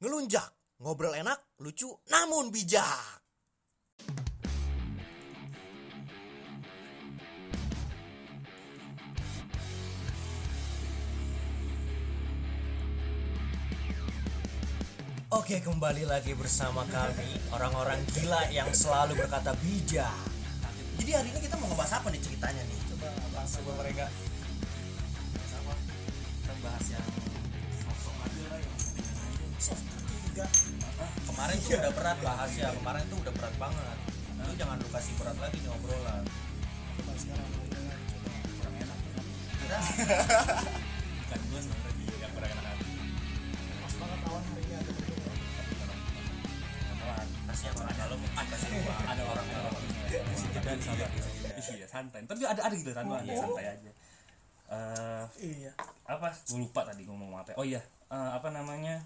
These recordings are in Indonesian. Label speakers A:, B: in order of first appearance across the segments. A: Ngelunjak, ngobrol enak, lucu, namun bijak. Oke, kembali lagi bersama kami orang-orang gila yang selalu berkata bijak. Jadi hari ini kita mau ngebahas apa nih ceritanya nih?
B: coba langsung ke mereka sama
C: Kan
B: kita bahas yang sosok aja lah yang penting aja
A: Soft ketiga.
C: kemarin tuh udah berat bahas ya kemarin tuh udah berat banget lu jangan lu kasih berat lagi nih obrolan
B: coba sekarang mulai lah coba kurang enak kan?
C: bukan gue sebenarnya dia yang kurang enak hati
B: pas banget awan hari ini ada berbeda
C: kasih yang ada lo ada sih ada orang yang dan sabar iya santai ntar juga ada ada giliran lu
D: Iya.
C: ada santai aja eh
B: iya
C: apa gue lupa tadi ngomong apa oh iya eh, apa namanya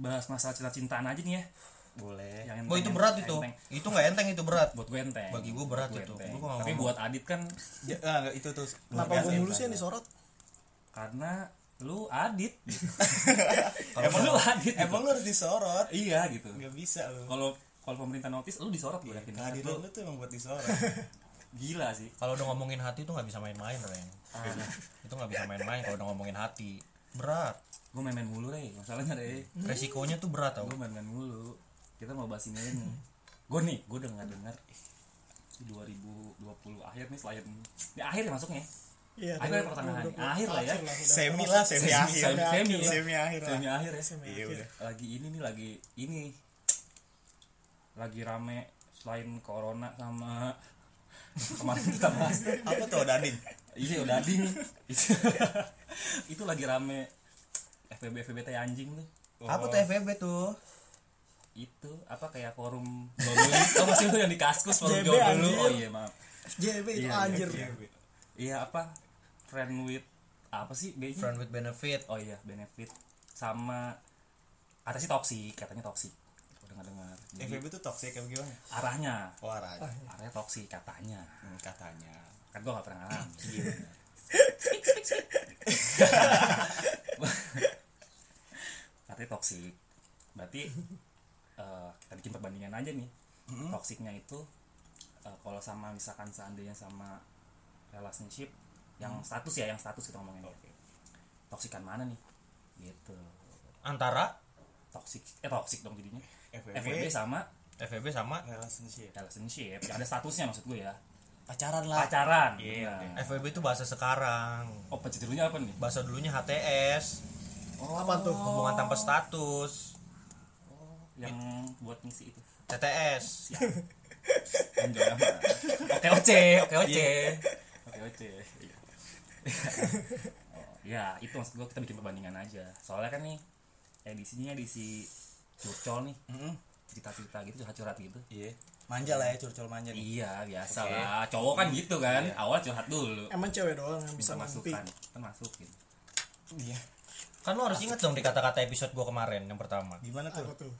C: bahas masalah cinta-cintaan aja nih ya
A: Boleh.
C: yang
D: Boy itu
C: enteng-
D: berat itu.
C: enteng.
D: Itu nggak enteng itu berat.
C: buat gue enteng
D: Bagi gue berat
C: Buat
D: itu.
C: enteng.
D: Gue nggak
C: tapi
D: ngomong.
C: buat Adit kan
D: Ya, ah, nggak, itu tuh.
B: kenapa
D: Luar
B: gue
D: biasa.
B: mulu sih yang disorot
C: karena lu Adit
D: Kalau
C: emang lu
D: misalnya-
C: Adit gitu.
B: emang lu harus disorot
C: iya gitu
B: nggak bisa lu
C: kalau kalau pemerintah notis lu disorot gue yakin banget.
B: kehadiran
C: Lu
B: lu tuh emang buat disorot
C: gila sih Ah,
D: kalau udah ngomongin hati itu nggak bisa main-main, Ren. Itu nggak bisa main-main kalau udah ngomongin hati. Berat.
C: gue main-main mulu deh masalahnya deh
D: Resikonya tuh berat tau.
C: gue main-main mulu kita mau bahas ini aja nih gue nih gue dengar dengar 2020 akhir nih selain ini akhir ya masuknya ya?
B: iya
C: Akhirnya pertengahan. Akhir lah ya.
B: semi
E: lah semi akhir
C: semi semi ya.
E: semi akhir lah
C: semi akhir ya
E: iya udah
C: lagi ini nih lagi ini lagi rame selain corona sama kemarin kita bahas
E: apa tuh dading
C: Iya udah ding. itu, itu lagi rame FBB FBB tai anjing tuh.
B: Oh.
D: Apa tuh FBB tuh?
C: Itu apa kayak forum global. oh masih itu yang di Kaskus forum
B: JB,
C: global dulu.
B: anjir.
C: Oh iya maaf.
B: JB itu
C: Iya,
B: anjir
C: Iya apa? Friend with apa sih B
D: Friend with benefit.
C: Oh iya benefit sama ada sih toksik katanya toksik. Dengar dengar.
E: FBB tuh toxic apa gimana
C: Arahnya
E: waras
C: arahnya toksik katanya.
E: katanya
C: Kan gua gak pernah ngalamin. Katanya toksik. Berarti eh, kita bikin perbandingan aja nih. Toksiknya itu eh, kalau sama misalkan seandainya sama relationship yang status ya, yang status kita ngomongin. Toksikan mana nih? Gitu.
D: Antara
C: Toksik eh toksik dong jadinya. FWB
E: FBB
C: sama
D: FBB sama
E: relationship
C: relationship yang ada statusnya maksud gue ya.
B: pacaran lah
C: Pacaran.
E: Iya,
C: benar.
D: FBB itu bahasa sekarang.
C: Oh, penceturunya apa nih?
D: Bahasa dulunya HTS.
B: apa tuh
D: Hubungan tanpa status.
C: Yang buat ngisi itu.
D: TTS.
C: Anjay amat. Oke oce, oke oce. Oke oce. Iya. Oh, Ya, itu maksud gue kita bikin perbandingan aja. Soalnya kan nih edisinya edisi curcol nih. Cerita-cerita gitu, curhat-curhat gitu.
E: iya manja lah ya curcol manja nih
C: Iya, biasa lah. Cowok kan gitu kan. Awal curhat dulu.
B: emang cewek doang yang bisa
C: Bisa
B: ngumpi
C: masukan, kita gitu. masukin.
E: iya
D: Kan lu harus inget dong di kata-kata episode gua kemarin yang pertama.
E: gimana tuh
B: apa tuh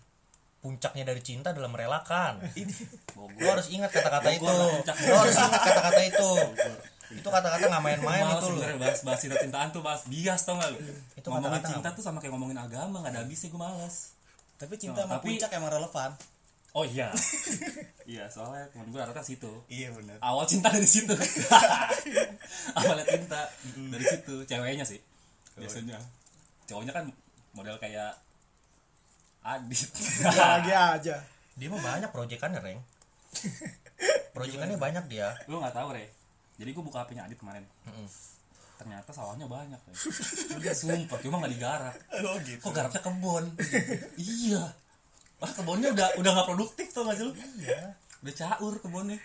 D: Puncaknya dari cinta adalah merelakan. Lu
C: Bogor.
D: harus ingat kata-kata itu.
C: Bogor lah puncaknya.
D: Lu harus ingat kata-kata itu. Itu kata-kata nggak main-main
C: Malas
D: itu lu.
C: sebenernya bahas, bahas cinta cintaan tuh bahas bias tau gak lu
D: Itu
C: Ngomongin
D: kata-kata
C: cinta
D: apa?
C: tuh sama kayak ngomongin agama gak ada habisnya gue malas
E: tapi cinta
C: Nah,
E: sama
C: tapi-
E: puncak emang relevan
C: Oh iya Iya soalnya temen gue rata situ
E: iya bener
C: awal cinta dari situ awalnya cinta dari situ ceweknya sih biasanya cowoknya kan model kayak Adit
B: ya lagi aja
D: Dia mah banyak proyekannya, Reng. Proyekannya banyak dia.
C: lu nggak tahu re jadi gue buka hpnya Adit kemarin ternyata sawahnya banyak re udah sumpah cuma nggak digarap
E: oh gitu
C: kok garapnya kebon iya Wah kebunnya udah udah nggak produktif tuh nggak sih lu? Iya. Udah caur kebunnya.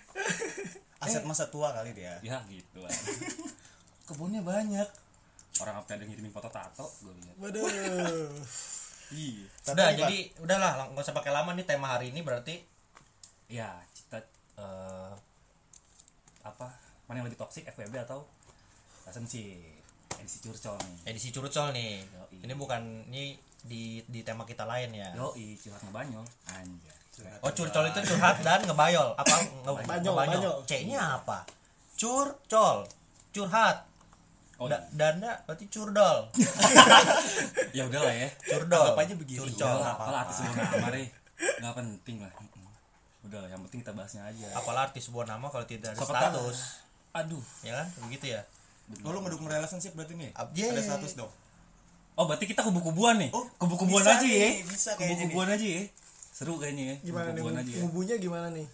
E: aset
D: Eh.
E: masa tua kali dia
C: Ya gitu lah. kebunnya banyak. Orang apa ada yang ngirimin foto tato gue lihat.
B: waduh
C: Iya.
E: Tapi
D: udah,
E: ini,
D: jadi udahlah, lang- nggak usah pakai lama nih tema hari ini berarti
F: Iya.
C: ya cita eh, apa mana yang lebih toksik FWB atau relationship edisi curcol
F: Iya.
C: nih
D: edisi curcol nih.
C: Yoi.
D: Ini bukan ini di di tema kita lain ya.
C: yoi curhat ngebanyol anjay
D: Oh, curcol itu curhat dan ngebayol. Apa nge-
B: Banyol, banyol.
D: C-nya apa? Curcol. Curhat.
C: Oh,
F: iya.
G: Da- danda berarti curdol.
C: ya udah lah ya
G: Curdol.
C: anggap aja begitu
G: Curcol,
C: Udah lah,
G: apa-apa.
C: apalah atas nama kamar ya. nggak penting lah udah lah yang penting kita bahasnya aja
G: Apalah arti sebuah nama kalau tidak ada
C: Siapa
G: status,
C: aduh
G: ya kan? Begitu ya.
F: Oh, lu ngedukung relationship berarti nih? ya?
G: Ab-
F: Ada
G: yeay.
F: status dong.
C: oh berarti kita kubu-kubuan nih
F: Oh,
C: kubu-kubuan
F: bisa
C: aja
F: nih,
C: ya
F: bisa kayaknya
C: kubu-kubuan aja ya seru kayaknya ya
B: Gimana nih?
C: kubu-kubuan aja ya
B: Ngubunya gimana nih?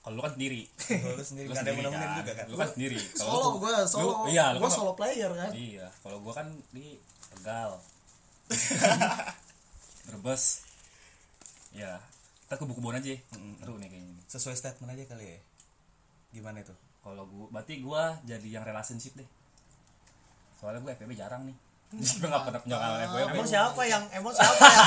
C: kalau lu kan sendiri
F: Kalau lu sendiri gak ada yang
C: sendiri
F: menemenin juga kan?
C: lu kan sendiri Kalau
B: Solo
C: lu-
B: gue, solo.
C: lu- iya lu
B: gue
C: kan-
B: solo player kan.
C: iya kalau gua kan di tegal Brebes ya kita kubu-kubuan aja ya. seru nih kayaknya nih.
F: Sesuai statement aja kali ya. Gimana tuh?
C: kalau gua berarti gua jadi yang relationship deh soalnya gua FPB jarang nih gue gak pernah punya kawan FPB
D: Emang siapa yang emang siapa yang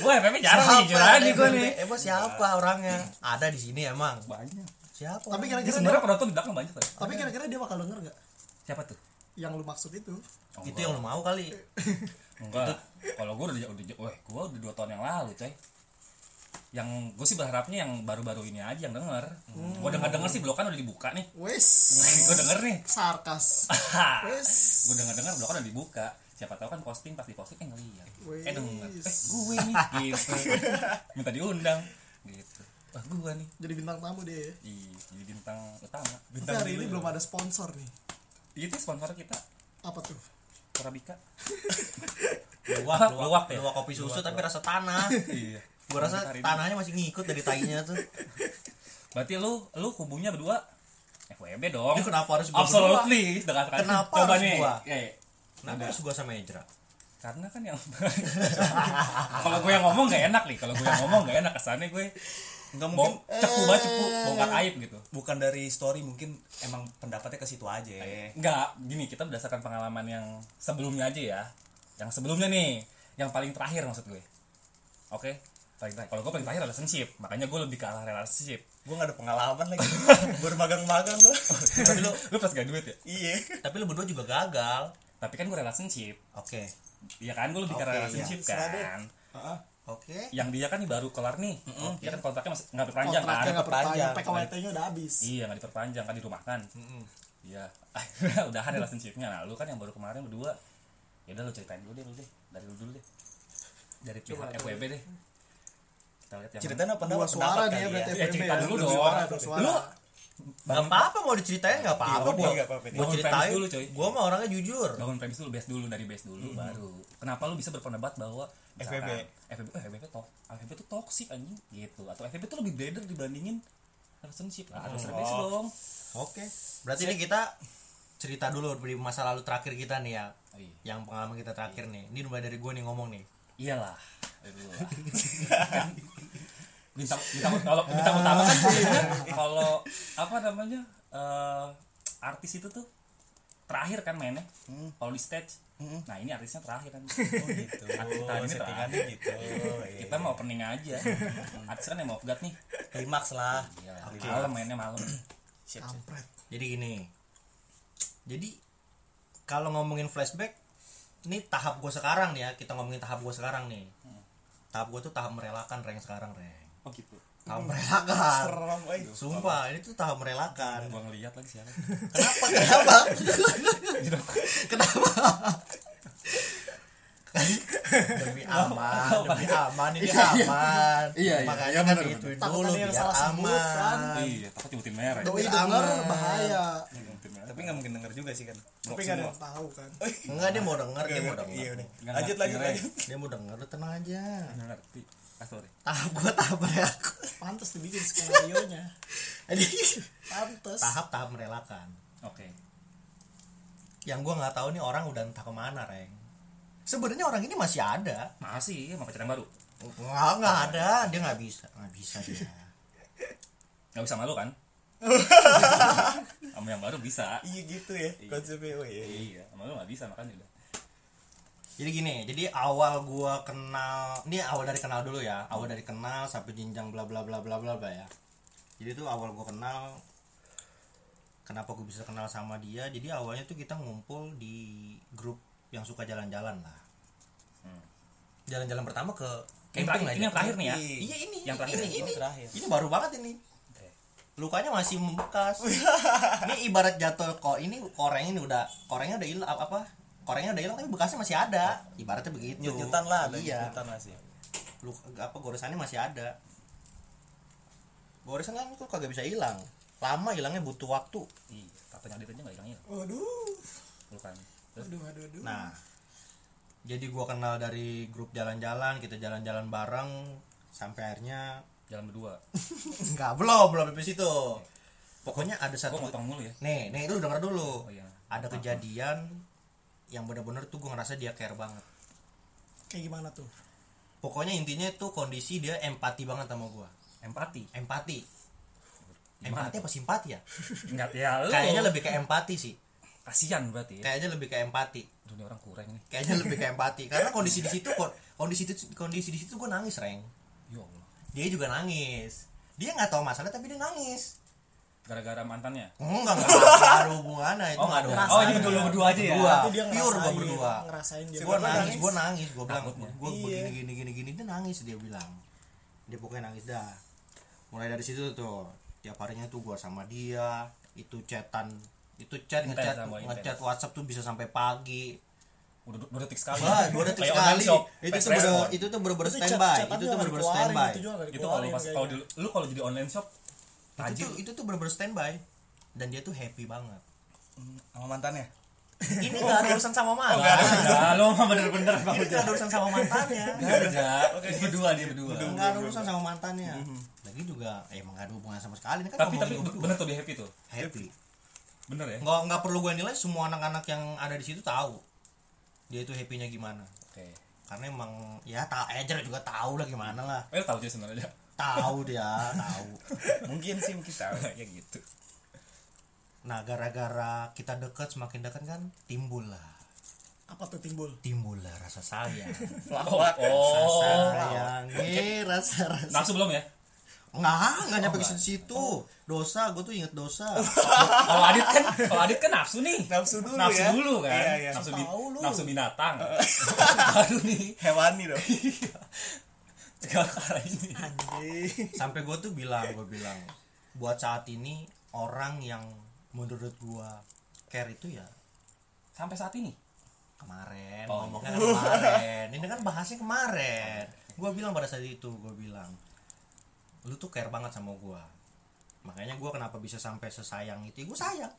C: gue FPB jarang nih jujur aja gue nih
D: Emang siapa orangnya? Ada di sini emang.
C: banyak
D: Siapa?
B: Tapi
D: orangnya?
C: ini
B: kira-kira dia,
C: sebenarnya penonton di belakang banyak kan
B: tapi
D: ya?
B: kira-kira dia bakal denger gak?
C: siapa tuh
B: Yang lu maksud itu?
C: Oh,
D: itu yang lu mau kali.
C: enggak lah. kalau gua udah udah weh gua udah dua tahun yang lalu coy yang gue sih berharapnya yang baru-baru ini aja yang denger
B: Hmm.
C: Gua denger denger sih blokan udah dibuka nih
B: Wes.
C: gue denger nih
B: Sarkas. Wes.
C: gue denger dengar blog udah dibuka siapa tahu kan posting pas diposting eh ngeliat eh denger eh
B: Wis.
C: gue nih gitu minta diundang gitu wah gue nih
B: Jadi bintang tamu deh.
C: di jadi bintang utama
B: Tapi hari ini belum ada sponsor nih.
C: Iya, itu sponsor kita
B: Apa tuh?
C: Torabika Apa? Luwak
D: Luwak, luwak,
C: ya?
D: luwak kopi susu tapi rasa tanah.
C: iya
D: Gua rasa tanahnya masih ngikut dari tainya tuh.
C: berarti lu lu kubunya berdua FWB dong
D: Ini kenapa harus gua
C: absolutely dengan sekali.
D: Kenapa
C: Coba
D: harus
C: nih
D: gua?
C: Ya, ya.
D: Kenapa harus Nah, gua sama Ejra?
C: karena kan yang kalau gue yang ngomong gak enak nih kalau gue yang ngomong gak enak kesannya gue
F: Enggak mungkin
C: mau cepu banget cepu
D: Eh.
C: bongkar aib gitu
F: bukan dari story mungkin emang pendapatnya ke situ aja.
C: Enggak, gini kita berdasarkan pengalaman yang sebelumnya aja ya. Yang sebelumnya nih, yang paling terakhir maksud gue. Oke, paling terakhir. Kalau gue paling terakhir relationship, makanya gue lebih ke arah relationship.
F: Gue gak ada pengalaman lagi. Baru magang-magang gue.
C: Tapi lu, lu pas gak duit ya?
F: Iya.
D: Tapi lu berdua juga gagal.
C: Tapi kan gue relationship,
D: Oke.
C: ya kan gue lebih ke arah
D: Oke,
C: relationship
F: iya. Serah deh.
C: kan.
D: Oke.
C: Yang dia kan nih baru kelar nih, dia kan kontraknya masih nggak diperpanjang kan?
B: Kontraknya nggak perpanjang,
F: perpanjang.
B: PKWT-nya udah habis.
C: Iya nggak diperpanjang kan di rumah kan? Iya, udahan relationshipnya. Nah lu kan yang baru kemarin berdua, ya udah lu ceritain dulu deh lu deh, dari lu dulu deh, dari pihak FWB deh. Kita lihat yang
F: Ceritain apa
B: Dua
F: pendapat
B: suara
F: kali
B: nih ya
F: ya?
B: berarti
C: Ya, cerita
B: ya.
C: dulu
B: Dua
C: dong.
B: suara, dua suara.
C: Lu-
D: Gak apa-apa mau diceritain gak apa-apa
F: Iya,
D: gua.
F: nggak apa-apa.
D: Gua
C: Bangun
D: ceritain.
C: premis dulu, coy.
D: Gua mah orangnya jujur.
C: bangun premis dulu base dulu dari base dulu baru kenapa lu bisa berpendapat bahwa
F: FWB.
C: misalkan, FWB eh, FWB to FWB tuh toksik anjing gitu atau FWB tuh lebih brother dibandingin relationship lah harus premis dong
D: Oke. Berarti ini kita cerita dulu dari masa lalu terakhir kita nih ya.
C: Oh, iya.
D: Yang pengalaman kita terakhir nih. Ini mulai dari gua nih ngomong nih.
C: iyalah Aduh, lah. Kan, bintang bintang kalau bintang utama kan biasanya kalau apa namanya eh, artis itu tuh terakhir kan mainnya kalau di stage nah ini artisnya terakhir kan
F: Hmm. Oh gitu.
C: Artis tahun ini
F: Settingannya gitu.
C: kita mau opening aja artis kan yang mau guard nih
F: Klimaks lah.
C: Iyalah,
F: Gitu.
C: malam mainnya malam
B: Kampret.
D: Jadi gini. Jadi kalau ngomongin flashback ini tahap gue sekarang nih ya, kita ngomongin tahap gue sekarang nih. Tahap gue tuh tahap merelakan Reng sekarang, Reng.
C: Oh gitu.
D: Tahap merelakan.
F: Serem aja.
D: Sumpah, ini tuh tahap merelakan.
C: Gua ngeliat lagi siapa.
D: Kenapa? Kenapa? Kenapa? demi aman,
F: Oh,
D: demi aman, ini aman.
C: Iya, iya.
D: Makanya
C: Iya,
D: kan
C: benar, benar.
D: itu
B: Takut
D: dulu
B: ada yang
D: biar
B: salah sebut, kan?
D: aman.
C: iya, takut nyebutin merah. ya.
B: Doi
D: Biar
B: denger
D: aman.
B: bahaya.
C: Nyebutin merah.
F: Tapi nggak mungkin denger juga sih kan.
B: Tapi gak ada yang tahu kan.
D: Enggak dia mau denger, dia mau
F: Iya
D: denger.
F: udah. Lanjut lanjut
C: Ngerti.
F: lanjut.
D: Dia mau denger, lu tenang aja.
C: Nggak ngerti. Ah, sorry.
D: Tahap gua tahap merelakan.
B: Pantes dibikin skenario-nya.
D: Jadi
B: Pantes.
D: tahap tahap merelakan.
C: Oke.
D: Yang gua nggak tahu nih orang udah entah kemana, Reng. Sebenarnya orang ini masih ada.
C: Masih sama pacaran baru.
D: Enggak, enggak ada. Dia nggak bisa, nggak bisa dia.
C: Gak bisa malu kan? sama yang baru bisa.
F: Iya gitu ya. Konsepnya oh iya.
C: Iya, sama lu gak bisa makanya udah.
D: Jadi gini, jadi awal gua kenal, ini awal dari kenal dulu ya, awal dari kenal sampai jenjang bla bla bla bla bla bla ya. Jadi tuh awal gua kenal, kenapa gua bisa kenal sama dia? Jadi awalnya tuh kita ngumpul di grup yang suka jalan-jalan lah. Jalan-jalan pertama ke
C: Hmm. Yang terakhir, ini
D: camping aja.
C: yang terakhir nih ya.
D: Iya ini,
C: Yang
D: yang
C: terakhir.
D: ini, ini,
F: Yang terakhir.
C: Eh,
D: ini baru banget ini. lukanya masih membekas ini ibarat jatuh kok ini koreng ini udah korengnya udah hilang apa korengnya udah hilang tapi bekasnya masih ada ibaratnya begitu
F: nyutan lah ada gitu.
D: iya
F: nyutan lah sih
D: luka, apa goresannya masih ada goresan kan kok kagak bisa hilang lama hilangnya butuh waktu
C: Iya, katanya adit aja nggak hilang ya
F: waduh
C: lukanya. Terus
F: aduh aduh aduh
D: Nah, jadi gua kenal dari grup jalan-jalan, kita jalan-jalan bareng sampai akhirnya
C: jalan berdua.
D: enggak belum belum sampai situ. Pokoknya ada
C: Gue
D: satu
F: Oh,
C: motong mulu ya.
D: Nih, nih lu denger dulu.
C: Oh iya.
D: Ada kejadian yang bener-bener tuh gua ngerasa dia care banget.
F: kayak gimana tuh
D: Pokoknya intinya tuh kondisi dia empati banget sama gua.
C: Empati.
D: Empati.
C: Gimana
D: Empati apa simpati ya?
C: Enggak ya lu.
D: Kayaknya lebih ke empati sih.
C: kasihan berarti ya.
D: Kayaknya lebih ke empati.
C: Dunia orang kurang nih.
D: Kayaknya lebih ke empati. Karena kondisi di situ kon- kondisi di- kondisi di situ gua nangis, Reng.
C: Ya Allah.
D: dia juga nangis dia nggak tahu masalah tapi dia nangis
C: Gara-gara mantannya.
D: enggak enggak nggak ada hubungannya itu
C: Oh, nggak ada
D: nggak
C: hubungannya. Oh, ini dulu berdua aja ya?
D: Berdua.
F: Berarti dia
D: Ah, pure gua
F: ngerasain-
D: berdua
F: ngerasain dia
D: gua
F: Siapa
D: nangis
F: nangis?
D: gua nangis gua bilang
C: Takutnya.
D: gua
F: Iya.
D: begini gini gini gini dia nangis dia bilang dia pokoknya nangis dah mulai dari situ tuh tiap harinya tuh gua sama dia itu chatan itu chat
C: Intens
D: ngechat
C: sama intens.
D: ngechat WhatsApp tuh bisa sampai pagi
C: Udah dua detik sekali.
D: Wah, dua detik
C: Kayak online
D: sekali.
C: shop,
D: Itu
C: fast
D: tuh bener,
C: respon.
D: itu tuh bener-bener
F: Itu
D: standby.
F: chat-
D: Itu tuh
F: chatnya nggak
D: bener-bener
F: dikeluarin,
D: standby.
C: gitu,
F: itu juga Gitu
C: Itu
F: nggak
C: kalau
F: dikeluarin
C: pas
F: kayaknya.
C: kalau di- lu kalau jadi online shop
D: iya, Itu
C: tajir
D: tuh itu tuh bener-bener standby. Dan dia tuh happy banget.
F: sama mantannya
C: Oh,
D: Ini nggak ada urusan sama mantan.
C: Nah, lo mah bener-bener Bang.
D: Ini nggak ada urusan sama mantannya.
C: Enggak, dia berdua dia berdua.
D: Nggak ada urusan sama mantannya. Lagi juga eh, emang nggak ada hubungan sama sekali. Ini kan
C: Mm-hmm. Tapi tapi
D: ngomongin
C: be-
D: berdua.
C: bener tuh dia happy tuh.
D: happy.
C: Bener ya?
D: Nggak nggak perlu gue nilai semua anak-anak yang ada di situ tahu dia itu happy-nya gimana.
C: Oke.
D: Karena emang ya tak aja juga tahu lah gimana lah.
C: Eh, lu tahu sih sebenarnya.
D: Tahu dia, tahu.
F: mungkin sih mungkin tahu
C: ya gitu.
D: Nah, gara-gara kita deket semakin deket kan timbul lah gitu.
F: apa tuh timbul
D: timbul lah rasa sayang rasa
C: Oh.
D: sayang eh rasa rasa
C: Nafsu belum ya?
D: nggak nggak nyampe ke situ dosa gue tuh inget dosa
C: Kalau Adit kan, kalau Adit kan nafsu nih.
F: nafsu dulu
C: nafsu
F: ya
C: dulu kan
F: Iya, iya.
C: nafsu, bin-
F: Tahu lu.
C: nafsu binatang baru nih
F: hewani dong
C: segala cara ini
F: Anjing.
D: sampai gue tuh bilang gue bilang buat saat ini orang yang menurut gue care itu ya
C: sampai saat ini
D: kemarin
C: Oh,
D: ngomongnya kan kemarin ini kan bahasnya kemarin gue bilang pada saat itu gue bilang lu tuh care banget sama gue makanya gue kenapa bisa sampai sesayang itu gue sayang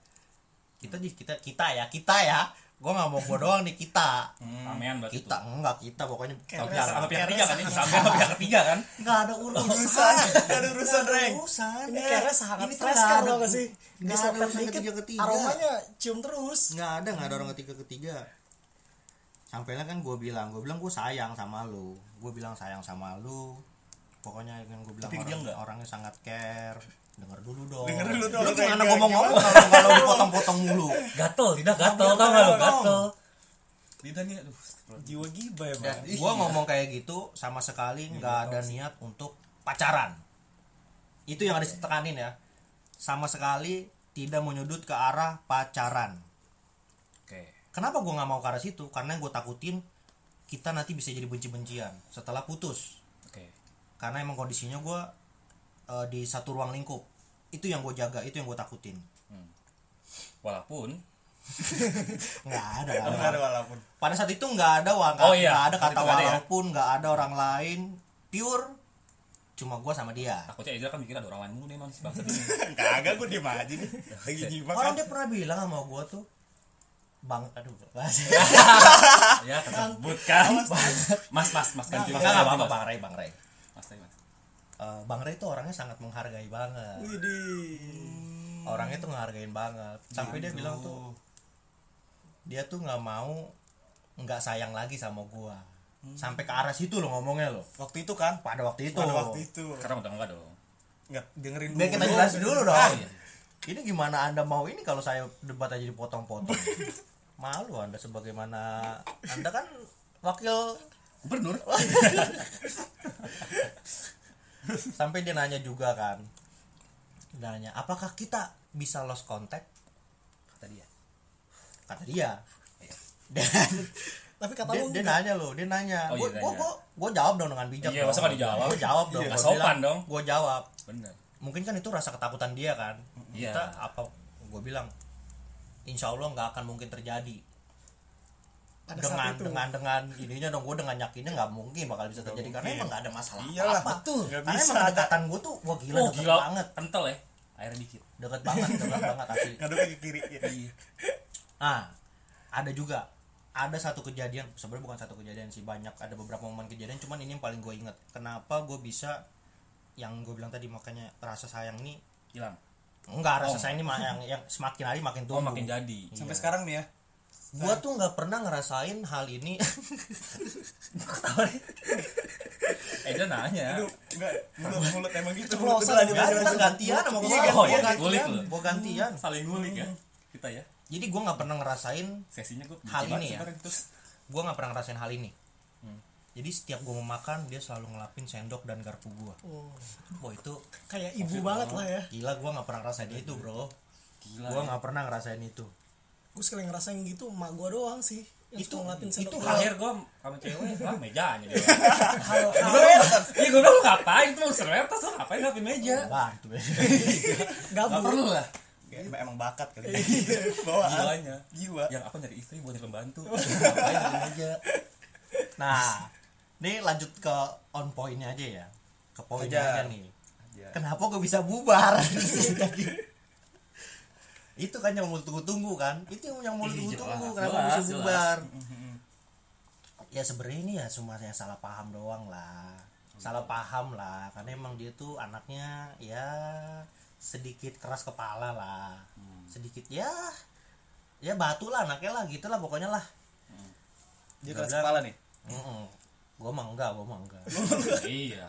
D: kita di kita kita ya kita ya gue nggak mau gue doang nih kita
F: Hmm.
C: ramean Hmm, berarti
D: kita
C: tuh
D: enggak kita pokoknya
C: Sampai-
D: Enggak,
C: sama pihak
D: enggak,
C: ketiga kan ini sampai sama pihak ketiga kan
D: enggak ada urusan
F: urusan gak ada urusan reng
D: urusan
F: ini
D: Eh,
F: kayaknya sangat
D: ini tuh
F: fresh
D: enggak
F: kan
D: ada-
F: tau gak sih
D: enggak ada
F: Disemprot
D: urusan
F: dikit,
D: ketiga ketiga
F: aromanya cium terus
D: nggak ada nggak ada orang ketiga ketiga sampailah kan gue bilang gue bilang gue sayang sama lu gue bilang sayang sama lu pokoknya yang gue bilang
C: Tapi dia
D: orang-
C: nggak.
D: orangnya sangat care denger dulu dong
F: Denger dulu dong,
D: Lu gimana
F: Reng,
D: gue mau ngomong kalau kalau dipotong-potong mulu
C: gatel tidak gatel
D: Gatel
C: tau nggak lu
D: dong.
C: gatel tidak nih aduh
F: jiwa gibah ya
D: dan gue ngomong kayak gitu sama sekali nggak ada niat untuk pacaran itu yang harus ditekanin ya sama sekali tidak menyudut ke arah pacaran
C: oke
D: kenapa gue nggak mau ke arah situ karena yang gue takutin kita nanti bisa jadi benci-bencian setelah putus
C: oke
D: karena emang kondisinya gue di satu ruang lingkup itu yang gue jaga itu yang gue takutin
C: walaupun
D: nggak ada
F: Gak ada walaupun
D: pada saat itu nggak ada wa-
C: Oh
D: nggak
C: iya,
D: ada
C: saat
D: kata
C: itu nggak ada ya.
D: walaupun nggak ada orang lain pure cuma gue sama dia
C: takutnya Ezra kan mikir ada orang lain mulu nih manusia bangsa ini
F: kagak gue diem aja nih lagi nyimak
D: orang dia pernah bilang sama gue tuh bang aduh bahasa
C: ya tersebut kan mas mas mas ganti mas
D: Nggak, nggak apa-apa,
C: ganti,
D: bang
C: mas
D: Ray bang Ray
C: mas ganti, mas
D: Eh, bang Ray tuh orangnya sangat menghargai banget orangnya tuh ngehargain banget sampai
F: Gitu.
D: dia bilang tuh dia tuh nggak mau nggak sayang lagi sama gua sampai ke arah situ lo ngomongnya lo
F: Hmm. waktu itu kan
D: pada waktu itu
F: pada waktu itu
C: sekarang udah enggak dong
F: nggak dengerin
D: biar kita jelasin dulu
F: Ah.
D: dong ini gimana anda mau ini kalau saya debat aja dipotong-potong malu anda sebagaimana anda kan wakil
C: gubernur
D: sampai dia nanya juga kan Dia nanya apakah kita bisa lost contact
C: kata dia
D: kata dia dan
F: tapi kata
D: dia,
F: lu gitu.
D: dia nanya loh dia nanya
C: Oh,
D: gue
C: iya,
D: gue
C: nanya.
D: gue jawab dong dengan bijak
C: Iya, masa nggak dijawab?
D: gue jawab dong
C: Nggak sopan dong.
D: gue jawab
C: bener
D: mungkin kan itu rasa ketakutan dia kan
C: Iya.
D: kita apa gue bilang insya allah nggak akan mungkin terjadi
F: Pada saat
D: dengan
F: itu.
D: dengan dengan ininya dong gue dengan yakinnya nggak mungkin bakal bisa terjadi karena
F: mungkin.
D: emang nggak ada masalah
F: Iyalah,
D: apa tuh
F: nggak
D: karena
F: bisa.
D: emang kedekatan gue tuh wah gila
C: oh
D: deket
C: gila
D: banget
C: kental ya air dikit Iya.
D: deket banget deket banget asli
F: ngaduknya ke kiri ya.
D: Nah, ada juga ada satu kejadian sebenarnya bukan satu kejadian sih banyak ada beberapa momen kejadian cuman ini yang paling gue inget kenapa gue bisa yang gue bilang tadi makanya rasa sayang ini
C: hilang
D: enggak
C: Oh.
D: rasa sayang ini mah yang, yang semakin hari makin
C: oh
D: tumbuh
C: makin jadi
H: Iya.
F: sampai sekarang nih ya
D: gue tuh nggak pernah ngerasain hal ini
C: eh dia nanya
F: aduh enggak mulut mulut emang gitu mulut
D: Ceplosan,
F: udah
D: kan?
F: lanjut, lanjut,
D: Ntar
F: lanjut.
D: gantian sama gue
C: Oh,
F: Iya, gantian.
C: gantian. Ngulik lu.
D: gue gantian
C: saling ngulik ya kita ya
D: Hmm. jadi gue nggak pernah ngerasain
C: sesinya gue
D: Hal ini ya?
C: terus
D: gue nggak pernah ngerasain hal ini
C: Hmm.
D: jadi setiap gue mau makan dia selalu ngelapin sendok dan garpu gue
F: Oh,
D: wah itu
F: kayak ibu banget lah ya
D: gila gue nggak pernah ngerasain itu bro
C: gila
D: gue
C: ya.
D: nggak pernah ngerasain itu
H: gue sekali ngerasain gitu emak gue doang sih yang
D: Itu-
H: suka ngelapin sendok
D: itu
H: doang.
C: terakhir gue sama cewek lah mejanya dia
H: hal hal
C: iya gue bilang lu ngapain tuh servetas lu ngapain ngapin meja
D: wah itu
C: nggak
H: gabung
C: perlu lah
F: kayak emang bakat kali ya. bawaan
C: gilanya
F: jiwa
C: yang aku nyari istri buat nyari pembantu ngapain ngapin meja
D: nah ini lanjut ke on pointnya aja ya ke poinnya
F: Aja.
D: aja nih
F: Aja.
D: kenapa gue bisa bubar Tadi. itu kan yang mulut tunggu-tunggu kan itu yang mulut
C: Ih, Iya,
D: tunggu-tunggu
C: jelas,
D: kenapa
C: jelas,
D: bisa
C: jelas. Mhm.
D: bubar ya sebenarnya ini ya cuma yang salah paham doang lah salah paham lah karena emang dia tuh anaknya ya sedikit keras kepala lah
C: Hmm.
D: sedikit ya ya batu lah anaknya lah gitulah pokoknya lah
F: dia keras
D: Gak ada.
F: kepala nih
D: gue mah enggak gue mah enggak
C: iya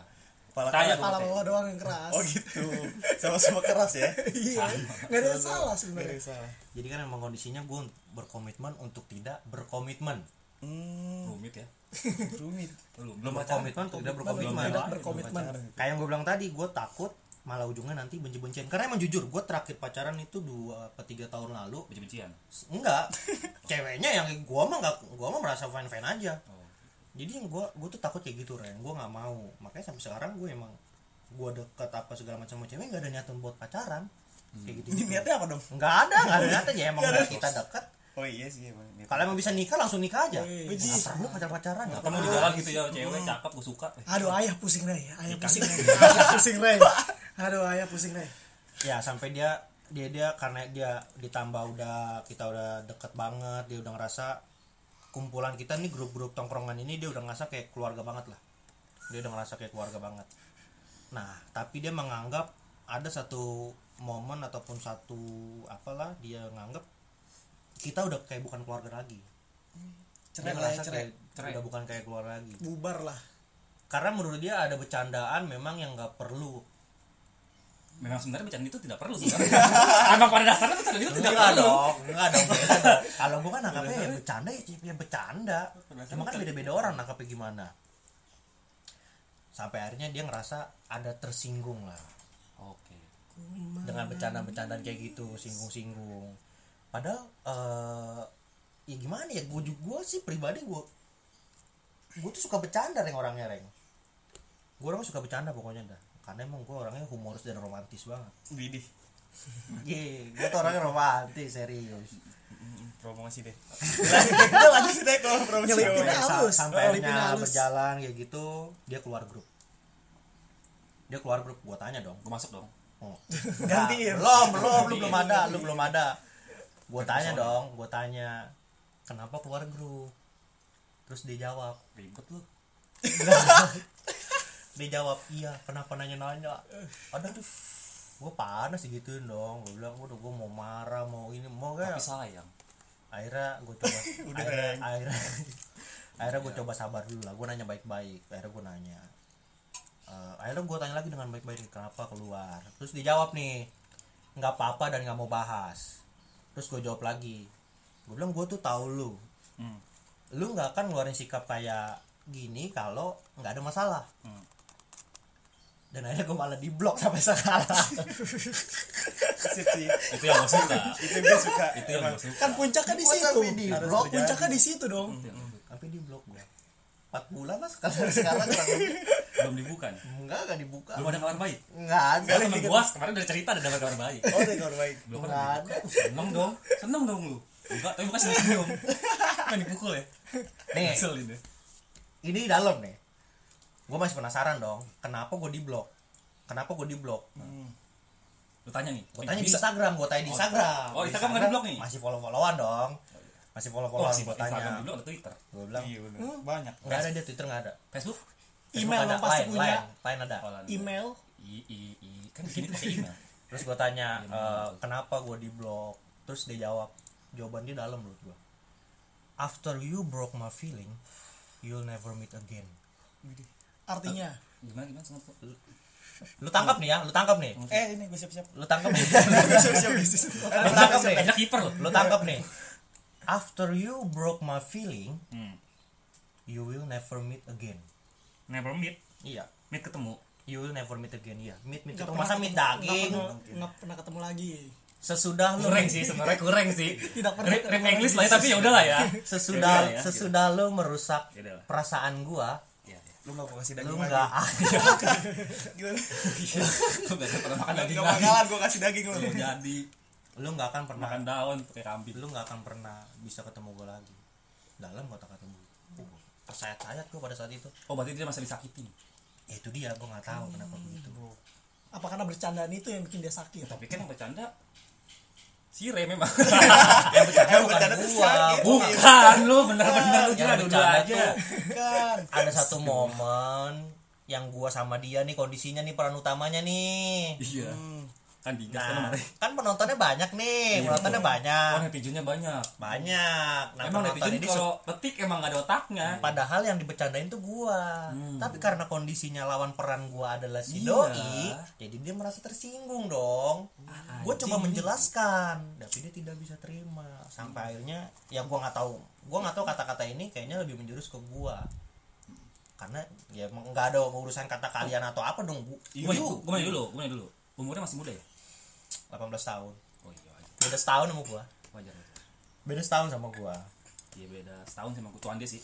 F: kepala
C: Tanya
F: keras.
H: kepala bawah doang yang keras
F: oh gitu sama-sama keras ya
H: iya nggak ada yang salah
F: Gak ada
H: sebenarnya
F: yang salah
D: jadi kan emang kondisinya gue berkomitmen untuk tidak berkomitmen
F: hmm
C: rumit ya
F: rumit
C: belum belum pacaran
D: berkomitmen untuk tidak
H: Belum
D: berkomitmen
H: tidak berkomitmen
D: kayak yang gue bilang tadi gue takut malah ujungnya nanti benci-bencian karena emang jujur gue terakhir pacaran itu dua apa tiga tahun lalu
C: benci-bencian
D: enggak ceweknya yang gue mah nggak gue mah merasa fine fine aja
C: Oh.
D: jadi yang gue gue tuh takut kayak gitu Ren gue nggak mau makanya sampai sekarang gue emang gue deket apa segala macam sama cewek nggak ada niatan buat pacaran kayak gitu
F: ini niatnya apa dong
D: nggak ada nggak ada niatan ya emang dari kita deket
F: oh iya sih emang niatnya.
D: kalau emang bisa nikah langsung nikah aja
H: Wih.
D: nggak perlu pacar pacaran nggak
C: ketemu
D: perlu
C: di jalan gitu
F: Iya.
C: ya cewek cakep gue suka
H: aduh ayah pusing rey ayah pusing rey ayah pusing rey aduh ayah pusing rey
D: ya sampai dia dia dia karena dia ditambah udah kita udah deket banget dia udah ngerasa kumpulan kita nih grup-grup tongkrongan ini dia udah ngerasa kayak keluarga banget lah dia udah ngerasa kayak keluarga banget nah tapi dia menganggap ada satu momen ataupun satu apalah dia nganggap kita udah kayak bukan keluarga lagi
H: cerai
D: dia
H: lah ya
D: ngerasa
H: cerai
D: kayak udah bukan kayak keluarga lagi
H: bubar lah
D: karena menurut dia ada bercandaan memang yang nggak perlu
C: memang sebenarnya bercanda itu tidak perlu sebenarnya
F: Iya.
C: emang pada dasarnya bercanda itu tidak
D: enggak
C: perlu
D: Iya dong enggak dong beda dong. kalau gua kan nangkapnya ya bercanda ya ya bercanda emang kan beda beda orang nangkapnya gimana sampai akhirnya dia ngerasa ada tersinggung lah
C: oke
D: dengan bercanda bercandaan kayak gitu singgung singgung padahal eh ya gimana ya gue juga sih pribadi gue gue tuh suka bercanda reng orangnya reng gue orangnya suka bercanda pokoknya dah karena emang gue orangnya humoris dan romantis banget
F: Widih,
D: Iya, gue tuh orangnya romantis serius
F: promosi deh. Kita lanjut sih deh kalau promosi.
H: Nyelipin
D: sampai,
H: Lipinnya
D: sa-
H: halus.
D: sampai
H: Oh,
D: akhirnya
H: lipinnya halus.
D: berjalan kayak gitu dia keluar grup dia keluar grup gua tanya dong
C: gue masuk dong
D: oh.
F: Gantiin.
D: belum belum lu belum ada lu belum ada gua tanya dong gua tanya kenapa keluar grup terus dia jawab
C: ribet lu
D: dia jawab iya kenapa nanya nanya ada tuh gua panas digituin dong gua bilang waduh gua mau marah mau ini mau gak
F: Iya.
C: tapi sayang
D: akhirnya gue coba
F: Udah,
D: akhirnya,
F: Reng.
D: akhirnya, akhirnya gue coba sabar dulu lah gue nanya baik-baik akhirnya gue nanya Eh, akhirnya gue tanya lagi dengan baik-baik kenapa keluar terus dijawab nih nggak apa-apa dan nggak mau bahas terus gue jawab lagi gue bilang gue tuh tahu lu
C: Hmm.
D: lu nggak akan ngeluarin sikap kayak gini kalau nggak ada masalah
C: Hmm.
D: dan akhirnya gue malah diblok sampai sekarang
F: Sip sih.
C: itu yang gue suka
F: Itu yang gue suka.
C: itu yang
F: Emang.
C: gue suka
H: kan puncaknya di
D: Masa
H: situ
D: video
H: Harus
D: blog
H: terjadi. Hmm. puncaknya di situ dong
C: Itu yang gua suka.
D: tapi di blok gue 4 bulan lah sekarang sekarang kurang lebih.
C: belum dibuka nih
D: enggak enggak dibuka
C: belum ada kabar baik
D: enggak ada
C: Karena temen gua kemarin udah cerita ada dapat kabar baik
F: Oh, udah kabar baik.
C: belum
D: enggak
C: pernah
D: ada
C: seneng dong seneng dong lu enggak tapi bukan seneng senyum kan dipukul ya
D: nih
C: kesel ini
D: ini dalam nih gue masih penasaran dong kenapa gue di blok kenapa gue di blok
C: lu tanya nih
D: gue tanya di Instagram gue tanya di Instagram
C: Oh,
D: Di
C: Instagram nggak di-block nih?
D: masih follow followan dong masih follow
C: oh
D: followan
C: sih
D: gue
C: Instagram
D: tanya
C: dulu ada Twitter
D: gue bilang
F: Iya, bener. Banyak.
D: nggak ada dia Twitter nggak ada
C: Facebook
H: Email
D: ada
H: lo pasti
D: lain
H: punya.
D: lain lain ada
C: Kalau ada.
H: Email
C: i i i kan bikin itu pakai email
D: terus gue tanya
C: Iya,
D: e,
C: bener.
D: kenapa gue di blok terus dia jawab jawaban dia dalam menurut gue after you broke my feeling you'll never meet again
H: artinya
C: gimana gimana sengat tuh
D: lu tangkap nih ya lu tangkap
C: Hmm.
D: nih
F: Eh, ini gue siap-siap.
D: lu tangkap nih lu tangkap nih
C: enak kiper lo
D: lu tangkap nih after you broke my feeling
C: Hmm.
D: you will never meet again
C: never meet
D: iya
C: meet ketemu
D: you will never meet again iya meet meet
H: nggak
D: ketemu
H: pernah
D: masa meet
H: ketemu- nggak
D: daging
H: pernah- nggak pernah ketemu lagi
D: sesudah lu
C: kurang sih sebenarnya kurang sih
H: Tidak pernah
C: Rap- rap
H: ketemu
C: English lah ya, tapi ya udahlah ya
D: sesudah
C: Yaudah ya.
D: sesudah lu merusak
C: Yaudah lah.
D: perasaan gua
C: Iya, iya.
F: Lu gak mau kasih
D: lu
F: daging lagi.
D: nggak
F: Gimana?
C: Lu gak ada pernah makan daging
F: Gak
C: lagi
F: bakalan gue kasih daging lu.
C: Lu jadi
D: lu nggak akan pernah
C: makan daun pakai kambing
D: lu nggak akan pernah bisa ketemu gua lagi dalam gua tak ketemu tersayat-sayat gua pada saat itu
C: oh berarti dia masih disakiti
D: ya itu dia gua nggak tahu kenapa begitu
H: apa karena bercandaan itu yang bikin dia sakit
C: tapi kan yang bercanda si Re memang
F: Yang
D: bukan
F: bercanda tuh
D: gua,
F: sakit.
C: gitu. bukan lu bener-bener lu
D: Yang
C: juga dulu
D: bercanda
C: aja
D: tuh ada satu momen yang gua sama dia nih kondisinya nih peran utamanya nih
C: iya kan digas kan
D: nah
C: kemarin
D: kan penontonnya banyak
C: Iya,
D: nih penontonnya banyak
C: oh netizennya banyak
D: banyak nah
C: emang
D: penonton
C: netizen
D: ini Iya.
C: kalau petik emang gak ada otaknya
D: padahal yang dibecandain tuh gua tapi karena kondisinya lawan peran gua adalah
C: Iya.
D: si doi jadi dia merasa tersinggung dong gua coba menjelaskan tapi dia tidak bisa terima sampai akhirnya ya gua nggak tahu gua nggak tahu kata-kata ini kayaknya lebih menjurus ke gua karena ya emang nggak ada urusan kata kalian atau apa dong gua,
C: gue
D: gua
C: gue nanya dulu gue nanya dulu umurnya masih muda ya
D: 18 tahun
C: oh iya wajar
D: beda setahun sama gua
C: wajar wajar
D: beda setahun sama gua
C: dia beda setahun sama gue tuan dia sih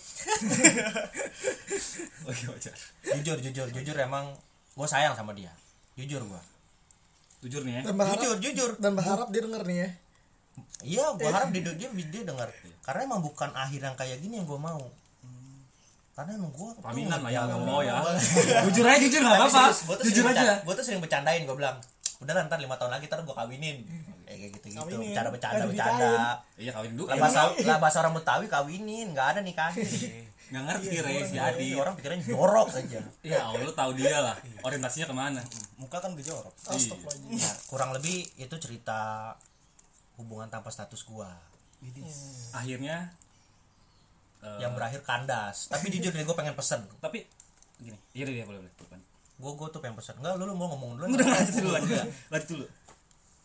C: oh iya wajar
D: jujur jujur jujur emang gua sayang sama dia jujur gua
C: jujur nih ya
H: dan berharap,
D: jujur jujur
H: dan berharap dia denger nih ya
D: Iya, gue harap dia dia, dia dengar. Karena emang bukan akhir yang kayak gini yang gue mau. Karena emang gue
C: Paminan lah ya nggak mau ya jujur aja jujur nggak apa-apa jujur aja
D: Gue tuh sering bercandain, gue bilang, udah lah, ntar lima tahun lagi ntar gue kawinin. Kayak gitu gitu,
H: Kawinin.
D: bercanda bercanda
H: Aduh,
D: bercanda.
C: iya kawin dulu
D: Lah bahasa lah bahasa orang Betawi kawinin, nggak ada nikahin.
C: nggak
D: Iya,
C: ngerti Re si Adi
D: Jadi orang pikirannya jorok aja.
C: ya Allah lu tahu dia lah orientasinya kemana
F: Muka kan udah jorok.
H: astagfirullahaladzim
D: Nah, kurang lebih itu cerita hubungan tanpa status gua
C: Gitu. akhirnya eh,
D: yang berakhir kandas. Tapi jujur deh gue pengen pesen.
C: tapi gini iya iya boleh boleh bukan
D: Gue gue tuh pengen pesen. Enggak, lu, lu mau ngomong dulu.
C: udah lanjut dulu lanjut dulu. lanjut dulu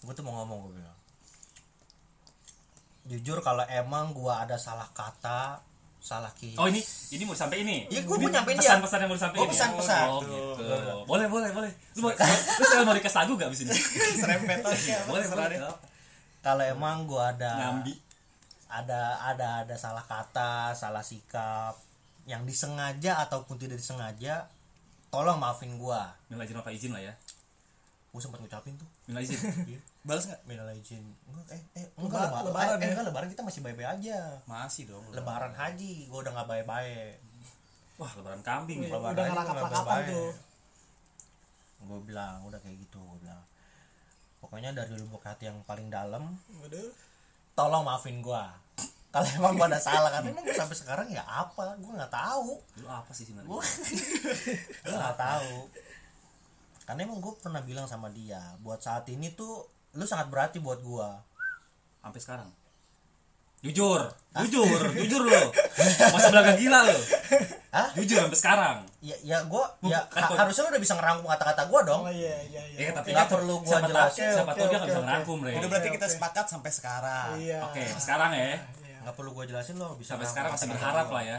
D: gue tuh mau ngomong gue bilang jujur kalau emang gue ada salah kata salah kiri
C: oh ini ini mau sampai ini
D: Iya, gua mau nyampein dia.
C: pesan-pesan yang mau disampaikan
D: Oh,
C: ya?
D: pesan-pesan.
C: oh, gitu. boleh boleh boleh lu mau lu sekalian mau request lagu gak abis ini Iya,
F: Serempet lagi.
C: boleh boleh
D: kalau emang gue ada
C: nyambi
D: ada ada ada salah kata salah sikap yang disengaja ataupun tidak disengaja tolong maafin gue
C: minal izin apa izin lah ya
D: gue sempat ngucapin tuh
C: minal izin
D: Iya.
F: Balas gak?
D: minal izin Enggak, eh eh enggak
H: Lebar-
D: lebaran,
H: lebaran
D: eh,
H: ya?
D: enggak lebaran kita masih baik-baik aja
F: Masih dong. lu.
D: lebaran haji gue udah nggak baik-baik
C: wah lebaran kambing
H: Wih,
C: ya.
D: Lebaran
H: Iya, udah
D: aja
H: ngerangkap
D: nggak
H: rangkapan
D: baik-baik.
H: tuh
D: gue bilang udah kayak gitu gue bilang pokoknya dari lubuk hati yang paling dalam
H: waduh
D: tolong maafin gua kalau emang gua ada salah karena emang gua sampai sekarang ya apa gua nggak tahu
C: lu apa sih sebenarnya
D: gua gua nggak tahu karena emang gua pernah bilang sama dia buat saat ini tuh lu sangat berarti buat gua
C: sampai sekarang jujur jujur jujur lo masa belakang gila lo
D: Hah?
C: jujur sampai sekarang
D: ya ya gua ya
C: Bukan,
D: ha-
C: Kon.
D: harusnya lu udah bisa ngerangkum kata-kata gua dong
H: oh iya iya iya
C: ya tapi
D: Nggak
C: kan
D: perlu gua
C: siapa tahu
D: jelasin.
C: siapa
H: Oke,
C: tahu dia
H: oke,
C: nggak bisa
H: oke.
C: ngerangkum Re
F: Udah
C: oke
F: berarti
H: Oke,
F: kita
H: oke.
F: sepakat sampai sekarang.
H: iya
C: sampai sekarang ya
H: Iya.
D: nggak perlu gua jelasin lo bisa
C: sampai
D: ngerangkum
C: sekarang masih
D: kata-kata
C: berharap
D: gua.
C: lah ya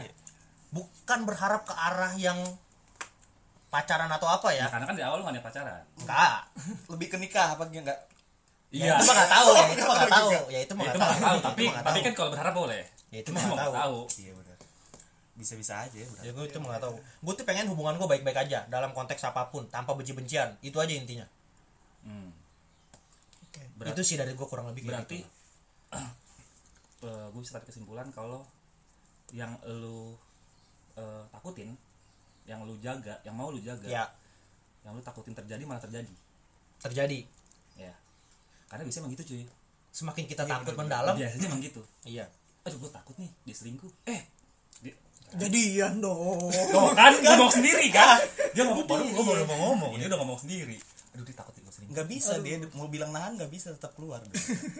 D: bukan berharap ke arah yang pacaran atau apa ya
C: Ya, karena kan di awal lu nggak ada pacaran
D: enggak
F: Lebih ke nikah apa enggak?
D: ya,
C: iya
D: itu mah nggak tahu ya itu mah
G: Iya.
D: nggak tahu ya itu mah
C: Ya, itu nggak
D: nggak tahu Ya,
C: tahu
G: kan
C: tapi
D: mah nggak
C: tapi
D: tahu.
C: kan kalau berharap boleh
D: ya itu mah nggak
C: Nggak
D: tahu
C: tahu
F: Iya benar. bisa-bisa aja ya
G: ya
F: berantem.
G: gue itu nggak tahu gue tuh pengen hubungan gue baik-baik aja dalam konteks apapun tanpa benci-bencian itu aja intinya
C: Hmm.
H: Oke.
C: Berarti-
G: itu sih dari gue kurang lebih kayak
C: berarti
G: gitu.
C: gue Eh, bisa tarik kesimpulan kalau yang lu eh, takutin yang lu jaga yang mau lu jaga
G: ya
C: yang lu takutin terjadi malah terjadi
G: terjadi
C: ya karena biasanya emang gitu cuy
G: semakin kita takut mendalam
C: biasanya emang gitu
G: iya
C: aduh gue takut nih dia selingkuh eh dia,
H: Jadian dong.
C: Tuh kan ngomong sendiri kan dia ngomong Iya.
F: baru gue baru mau ngomong
C: dia udah ngomong sendiri aduh dia takut gue selingkuh
F: nggak bisa dia mau bilang nahan nggak bisa tetap keluar dong.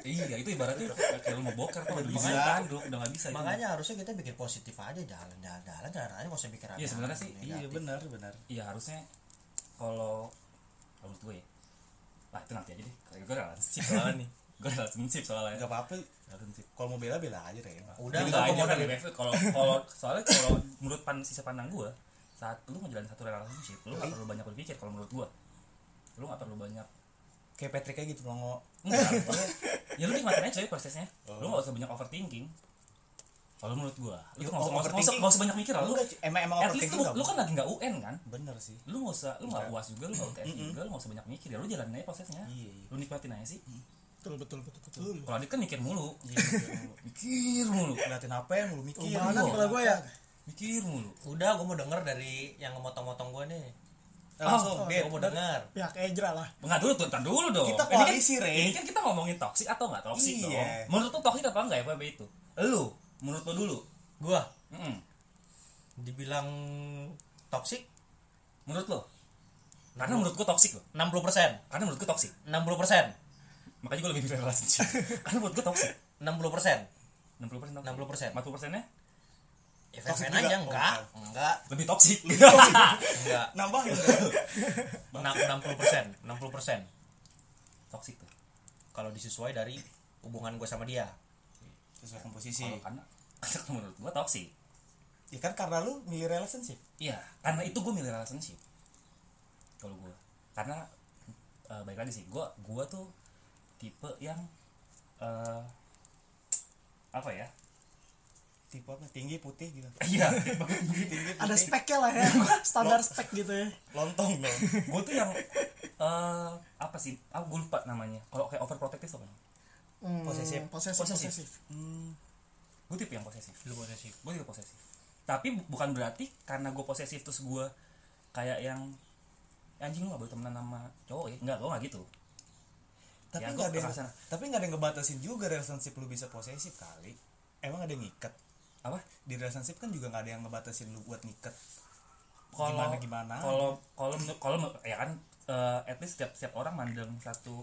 C: iya itu ibaratnya kayak lu mau boker tuh udah
F: bisa.
C: bisa udah nggak bisa itu.
G: makanya harusnya kita bikin positif aja jalan jalan jalan jalan aja nggak usah mikir
C: Iya, sebenarnya sih,
G: aneh-aneh.
F: iya benar benar
C: Iya harusnya kalau kalau menurut gue ya Nah itu nanti aja deh Kayak gue relationship soalnya nih Gue relationship soalnya
F: nggak apa-apa
C: Relationship
F: kalau mau bela bela aja deh
G: udah nggak
C: Jadi nggak
G: gue
C: aja
G: mau
C: kan
G: dari-
C: Beb. Kalau kalau Soalnya kalau menurut pan, sisa pandang gue Saat lu ngejalanin satu relationship Lu
G: Iya.
C: gak perlu banyak berpikir kalau menurut gue Lu gak perlu banyak
F: kayak Patrick kayak gitu nongol
C: Enggak lu- Ya lu nikmatin aja coy prosesnya
F: Oh.
C: Lu gak usah banyak overthinking Kalau menurut gue Lu tuh nggak usah-
F: Ya,
C: nggak usah- nggak usah-
F: overthinking.
C: nggak usah banyak mikir lah Lu
F: Enggak, emang emang
C: At least
F: overthinking
C: lu,
F: nggak
C: lu kan lagi gak UN kan
F: bener sih
C: lu nggak usah lu nggak
F: Enggak.
C: puas juga lu nggak UTS juga lu nggak usah banyak mikir ya lu jalanin aja prosesnya
F: Iya, iya.
C: lu nikmatin aja sih
H: Betul betul betul betul.
C: kalau adit kan mikir mulu
F: Iya,
C: mikir mulu
F: ngeliatin apa yang lu mikir
H: Oh,
B: Iya.
H: Gimana kalau gue ya?
C: mikir mulu
G: udah gue mau denger dari yang motong-motong gue nih
D: Eh,
G: Oh,
F: langsung
G: gue mau denger
H: Pihak Ejra lah.
F: Iya.
C: nggak dulu tuh ntar dulu dong
F: Kita
C: ini kan,
F: koalisi, Rey.
C: ini kan kita ngomongin toksik atau nggak toksik
F: Iya.
C: dong menurut lu toksik apa enggak FWB itu lu menurut lu dulu
G: gue
C: Mm-mm.
G: dibilang toxic
C: menurut lu karena menurut gua toksik loh
G: 60 persen
C: karena menurut gua toksik
G: 60 persen
C: makanya gua lebih pilih relationship karena menurut gua toksik
G: 60 persen
C: 60 persen
G: 60%.
C: 40 persennya
G: ya
F: Toxic gitu?
G: fan
F: juga?
G: aja
F: Oh,
G: enggak enggak
C: lebih toksik
G: enggak
F: nambahin
G: enam puluh persen enam puluh persen
C: toksik tuh
G: kalau disesuai dari hubungan gue sama dia
F: sesuai komposisi
C: Kalau karena karena menurut gua toksik
F: ya kan karena lu milih relationship
C: Iya, karena itu gue milih relationship. Kalau gue, karena eh, baik lagi sih, gue gue tuh tipe yang eh, apa ya?
F: tipe apa tinggi putih gitu
C: Iya,
F: tinggi
H: Ada speknya lah ya.
F: Iya.
H: Standar spek gitu ya.
F: lontong dong
C: gue tuh yang eh, apa sih? Ah, gue lupa namanya. Kalau kayak overprotective apa?
H: Hmm,
F: Posesif.
H: Posesif.
C: Posesif.
H: posesif.
C: Gue tipe yang posesif. Lu posesif. Gue tipe posesif. Tapi bu- bukan berarti karena gue posesif terus gue kayak yang "Eh, anjing lu gak boleh temenan sama cowok ya? Enggak, gue gak gitu.
F: tapi
C: Ya,
F: nggak
C: gua
F: ada yang,
C: perasaan.
F: tapi nggak ada yang ngebatasin juga relationship lu bisa posesif kali emang ada yang ngikat
C: Apa?
F: di relationship kan juga nggak ada yang ngebatasin lu buat ngikat
C: kalau
F: Gimana- gimana?
C: kalau kalau menur- kalau men- ya kan eh, at least setiap setiap orang mandang satu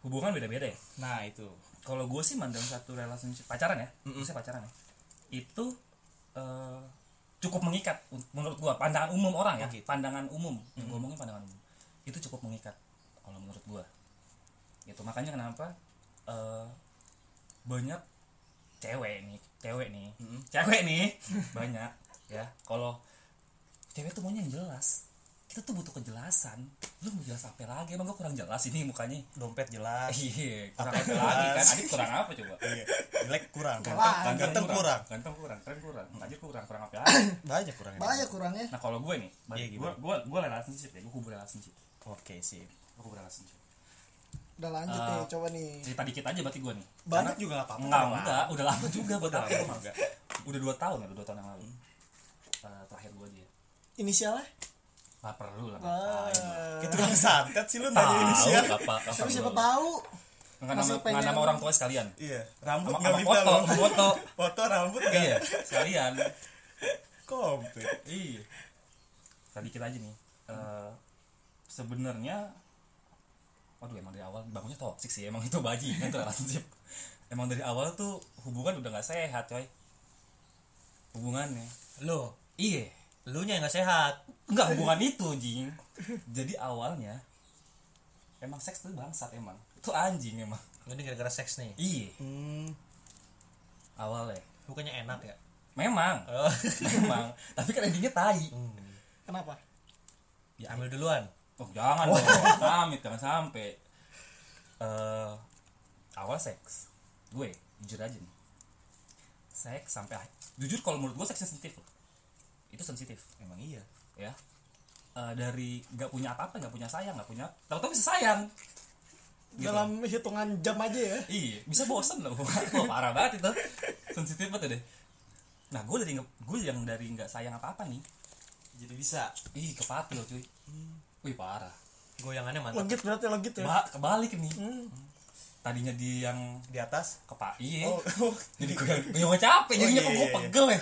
C: hubungan beda-beda ya
F: nah itu
C: kalau gue sih mandang satu relationship pacaran ya khususnya pacaran ya itu eh, cukup mengikat un- menurut gue pandangan umum orang ya pandangan umum yang gue ngomongin pandangan umum itu cukup mengikat kalau menurut gue itu makanya kenapa eh, banyak cewek nih cewek nih cewek nih banyak ya kalau cewek tuh maunya yang jelas kita tuh butuh kejelasan lu mau jelas apa lagi emang gue kurang jelas ini mukanya
F: dompet jelas
C: Iya, kurang apa lagi kan? Adit kurang apa coba?
F: Iya. jelek kurang
H: lah,
F: ganteng, ganteng kurang
C: Ganteng kurang, keren kurang. Adit kurang, kurang apa lagi?
F: banyak kurang
H: Banyak kurangnya.
C: Nah, kalau gue nih,
F: Iya,
C: gue
F: gimana?
C: gue gue relationship ya, gue kubur relationship.
F: oke sih
C: Gue kubur relationship.
H: Udah lanjut
C: Ah.
H: nih, coba nih.
C: Cerita dikit aja berarti gue nih.
F: banyak juga nggak apa-apa
C: Enggak, enggak, udah lama juga buat
F: Udah
C: apa
F: lama
C: Bang?
F: juga.
C: Udah 2 tahun ya, udah 2 tahun yang lalu. Eh, terakhir gue aja.
H: Inisialnya?
C: Nggak perlu lah.
F: Ah,
H: Wah.
C: ngapain lu.
F: iya. Kayak tukang santet sih lu nanya ini
C: Tahu
F: sih
C: nggak apa apa
H: Tapi siapa tahu.
C: Enggak
H: Masih
C: nama nggak
H: pengen-
C: nama orang tua sekalian.
F: iya rambut
C: Sama
F: nggak
C: sama
F: bisa
C: foto,
F: lu
C: sama foto.
F: foto rambut
C: Iya,
F: nggak
C: sekalian.
F: komplit
C: Iya. Tadi kita aja nih. Eh, sebenarnya waduh emang dari awal bangunnya toksik sih emang itu bajingan tuh relationship emang dari awal tuh hubungan udah nggak sehat coy hubungannya
G: lo
C: iya
G: lu nya nggak sehat
C: nggak hubungan itu jing jadi awalnya emang seks tuh bangsat emang tuh anjing emang
G: ini gara-gara seks nih
C: iya awalnya
G: bukannya enak ya
C: memang
G: Oh,
C: memang tapi kan endingnya tai
H: Kenapa?
C: ya
G: ambil duluan
C: Oh, jangan dong, jangan sampai, jangan sampai. Eh, awal seks, gue jujur aja nih. Seks sampai akhir. Jujur kalau menurut gue seks sensitif loh. itu sensitif
F: Emang iya.
C: ya Eh, dari nggak punya apa-apa nggak punya sayang nggak punya tahu-tahu bisa sayang
F: Gitu.
H: Dalam hitungan jam aja ya.
C: iya bisa bosen loh Wah, parah banget itu sensitif banget deh nah gue dari nggak- gue yang dari nggak sayang apa-apa nih
B: jadi bisa
C: ih kepatil cuy
F: Hmm.
C: wih parah
G: Goyangannya mantap.
H: Legit berarti legit ya.
C: Ba- kebalik nih
F: Hmm.
C: tadinya di yang
F: Di atas.
C: kepa iya
F: Oh.
C: jadi gue yang gue capek jadinya
F: iya,
C: kok gue pegel ya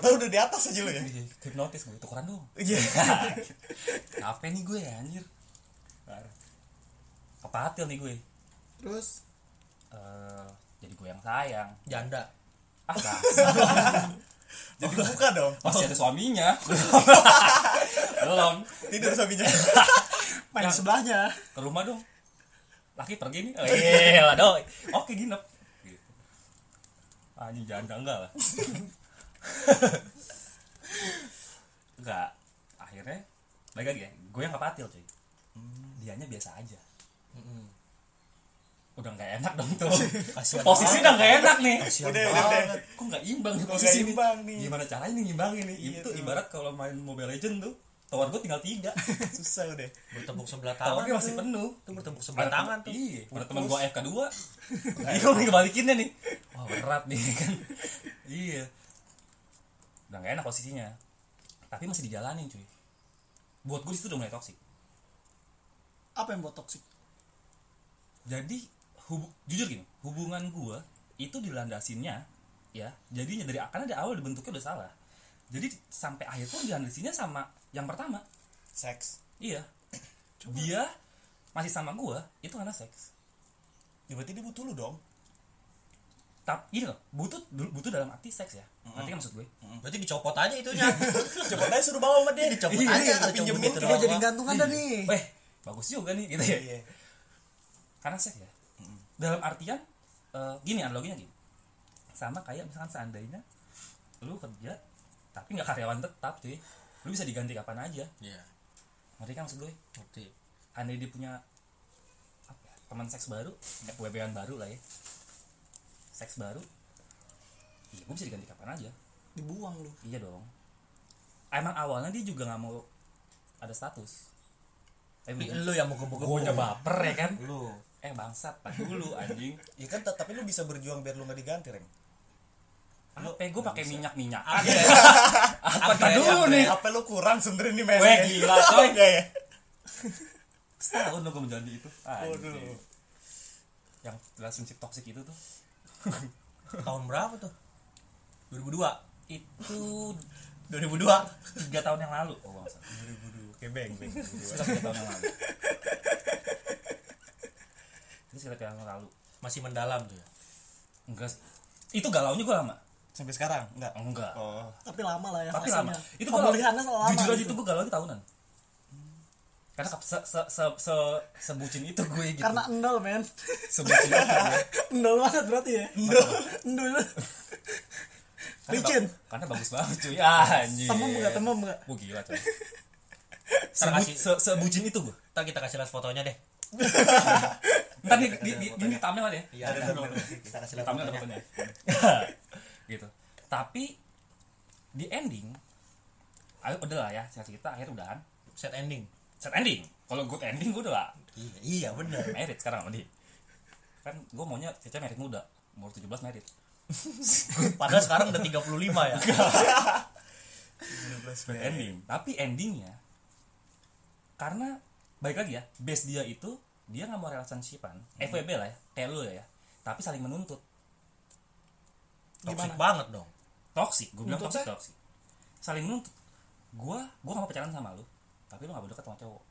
F: Tahu udah di atas aja lo ya.
C: Iya, hipnotis gue tukeran dong
F: Iya.
C: capek nih gue anjir Parah. kepatil nih gue
H: Terus
C: Eh, jadi gue yang sayang
G: Janda.
C: ah bangsa.
F: Jadi buka dong.
C: masih ada suaminya belum
F: Tidur sapinya. Nah.
H: main di sebelahnya.
C: ke rumah dong laki pergi nih oh, iya lah doi. oke ginep gitu. anjing janda enggak lah enggak akhirnya balik lagi ya gue yang kepatil cuy dianya biasa aja udah nggak enak dong tuh posisi udah nggak enak nih
F: Udah udah udah.
C: kok nggak imbang nih
F: Kok nggak
C: posisi
F: imbang nih? Iya
C: gimana caranya nih ngimbangin nih itu ibarat kalau main mobile legend tuh tower gue tinggal tiga
F: Susah udah.
G: Bertepuk sebelah tangan.
C: towernya masih penuh
G: Itu bertepuk sebelah
C: Ada
G: tangan
C: temen-
G: tuh.
C: Iya, ada teman gua FK 2. Iya, gua kebalikinnya nih. Wah, berat nih kan. iya. Udah gak enak posisinya. Tapi masih dijalanin, cuy. Buat gue disitu udah mulai toksik.
H: Apa yang buat toksik?
C: Jadi, hubu- jujur gini, hubungan gua itu dilandasinnya ya. Jadinya dari karena dari awal dibentuknya udah salah. Jadi sampai akhir pun dilandasinya sama yang pertama.
F: Seks.
C: Iya. Dia masih sama gua itu karena seks.
F: Ya berarti dia butuh lu dong.
C: tapi ini loh butuh butuh dalam arti seks ya nanti kan maksud gue
G: Hmm, Berarti dicopot aja itunya.
F: Coba tadi suruh bawa sama dia.
G: Dicopot
F: Iya,
G: aja,
F: iya,
G: dicopot
F: pinjemin
G: gitu
F: ke
H: Gue
G: doang.
F: dia.
H: jadi gantungan dah nih.
C: Iya. weh bagus juga nih gitu ya
F: Iya.
C: karena seks ya dalam artian eh, gini analoginya gini sama kayak misalkan seandainya lu kerja tapi nggak karyawan tetap cuy lu bisa diganti kapan aja
D: Iya.
C: ngerti kan maksud gue
D: Ngerti.
C: andai dia punya apa ya, teman seks baru eh, wewean baru lah ya seks baru iya gue bisa diganti kapan aja
H: Dibuang lu.
C: Iya dong. Emang awalnya dia juga nggak mau ada status. Eh,
G: Ini Lu yang mau gebuk
C: gue baper ya kan?
D: Lu
C: Eh bangsat, tak dulu anjing.
F: Ya kan tet- tapi lu bisa berjuang biar lu gak diganti, Ren.
C: Apa gue pakai minyak minyak? Apa tak dulu nih?
F: Apa lu kurang sebenernya nih men?
C: Weh, gila, coy.
F: Iya, iya.
C: Setahun lo gue menjalani itu.
F: Waduh.
C: Anjing. Yang relationship toxic itu tuh
G: Tahun berapa tuh? 2002.
C: itu
G: 2002.
C: tiga tahun yang lalu. Oh bangsat.
F: Oke, beng, beng.
C: Sekitar tiga tahun yang lalu. Itu sekitar tiga tahun yang lalu.
G: Masih mendalam tuh ya.
C: Enggak. sih. Itu galaunya gue lama.
F: Sampai sekarang? Enggak.
C: Enggak.
F: Oh.
H: Tapi lama lah ya.
C: tapi
H: fasenya.
C: lama itu gua
H: pemulihannya lama.
C: jujur aja
H: gitu.
C: itu gue galau tahunan karena se se se, se sebucin itu gue gitu
H: Karena endol men.
C: sebucin itu gue.
H: Endol banget berarti ya. Endol. Endol.
C: Karena
H: Licin.
C: ba- karena bagus banget cuy ah, anjir
H: Temem enggak? Temem enggak?
C: Gua gila coy
G: Ntar
C: Sebu,
G: kasih-
C: se, sebucin itu gue
G: Ntar kita kasih lihat fotonya deh.
C: ntar di di di, di, di thumbnail ada ya
D: Iya, ada. Kita kasih
C: di
D: lihat
C: thumbnail ada
D: fotonya.
C: fotonya gitu tapi di ending ayo udah lah ya singkat cerita akhirnya udahan
G: Set ending.
C: set ending kalau good ending gue udah lah
D: Iya, iya bener.
C: merit sekarang sama dia kan gue maunya cece merit muda umur 17 merit padahal sekarang udah 35 ya
F: 12
C: Bad ending tapi endingnya karena baik lagi ya base dia itu dia nggak mau relationshipan FWB lah ya kayak lu ya tapi saling menuntut
G: Toxic banget dong.
C: toxic gue bilang toxic toxic saling menuntut gue gue gak mau pacaran sama lu tapi lu gak boleh deket sama cowok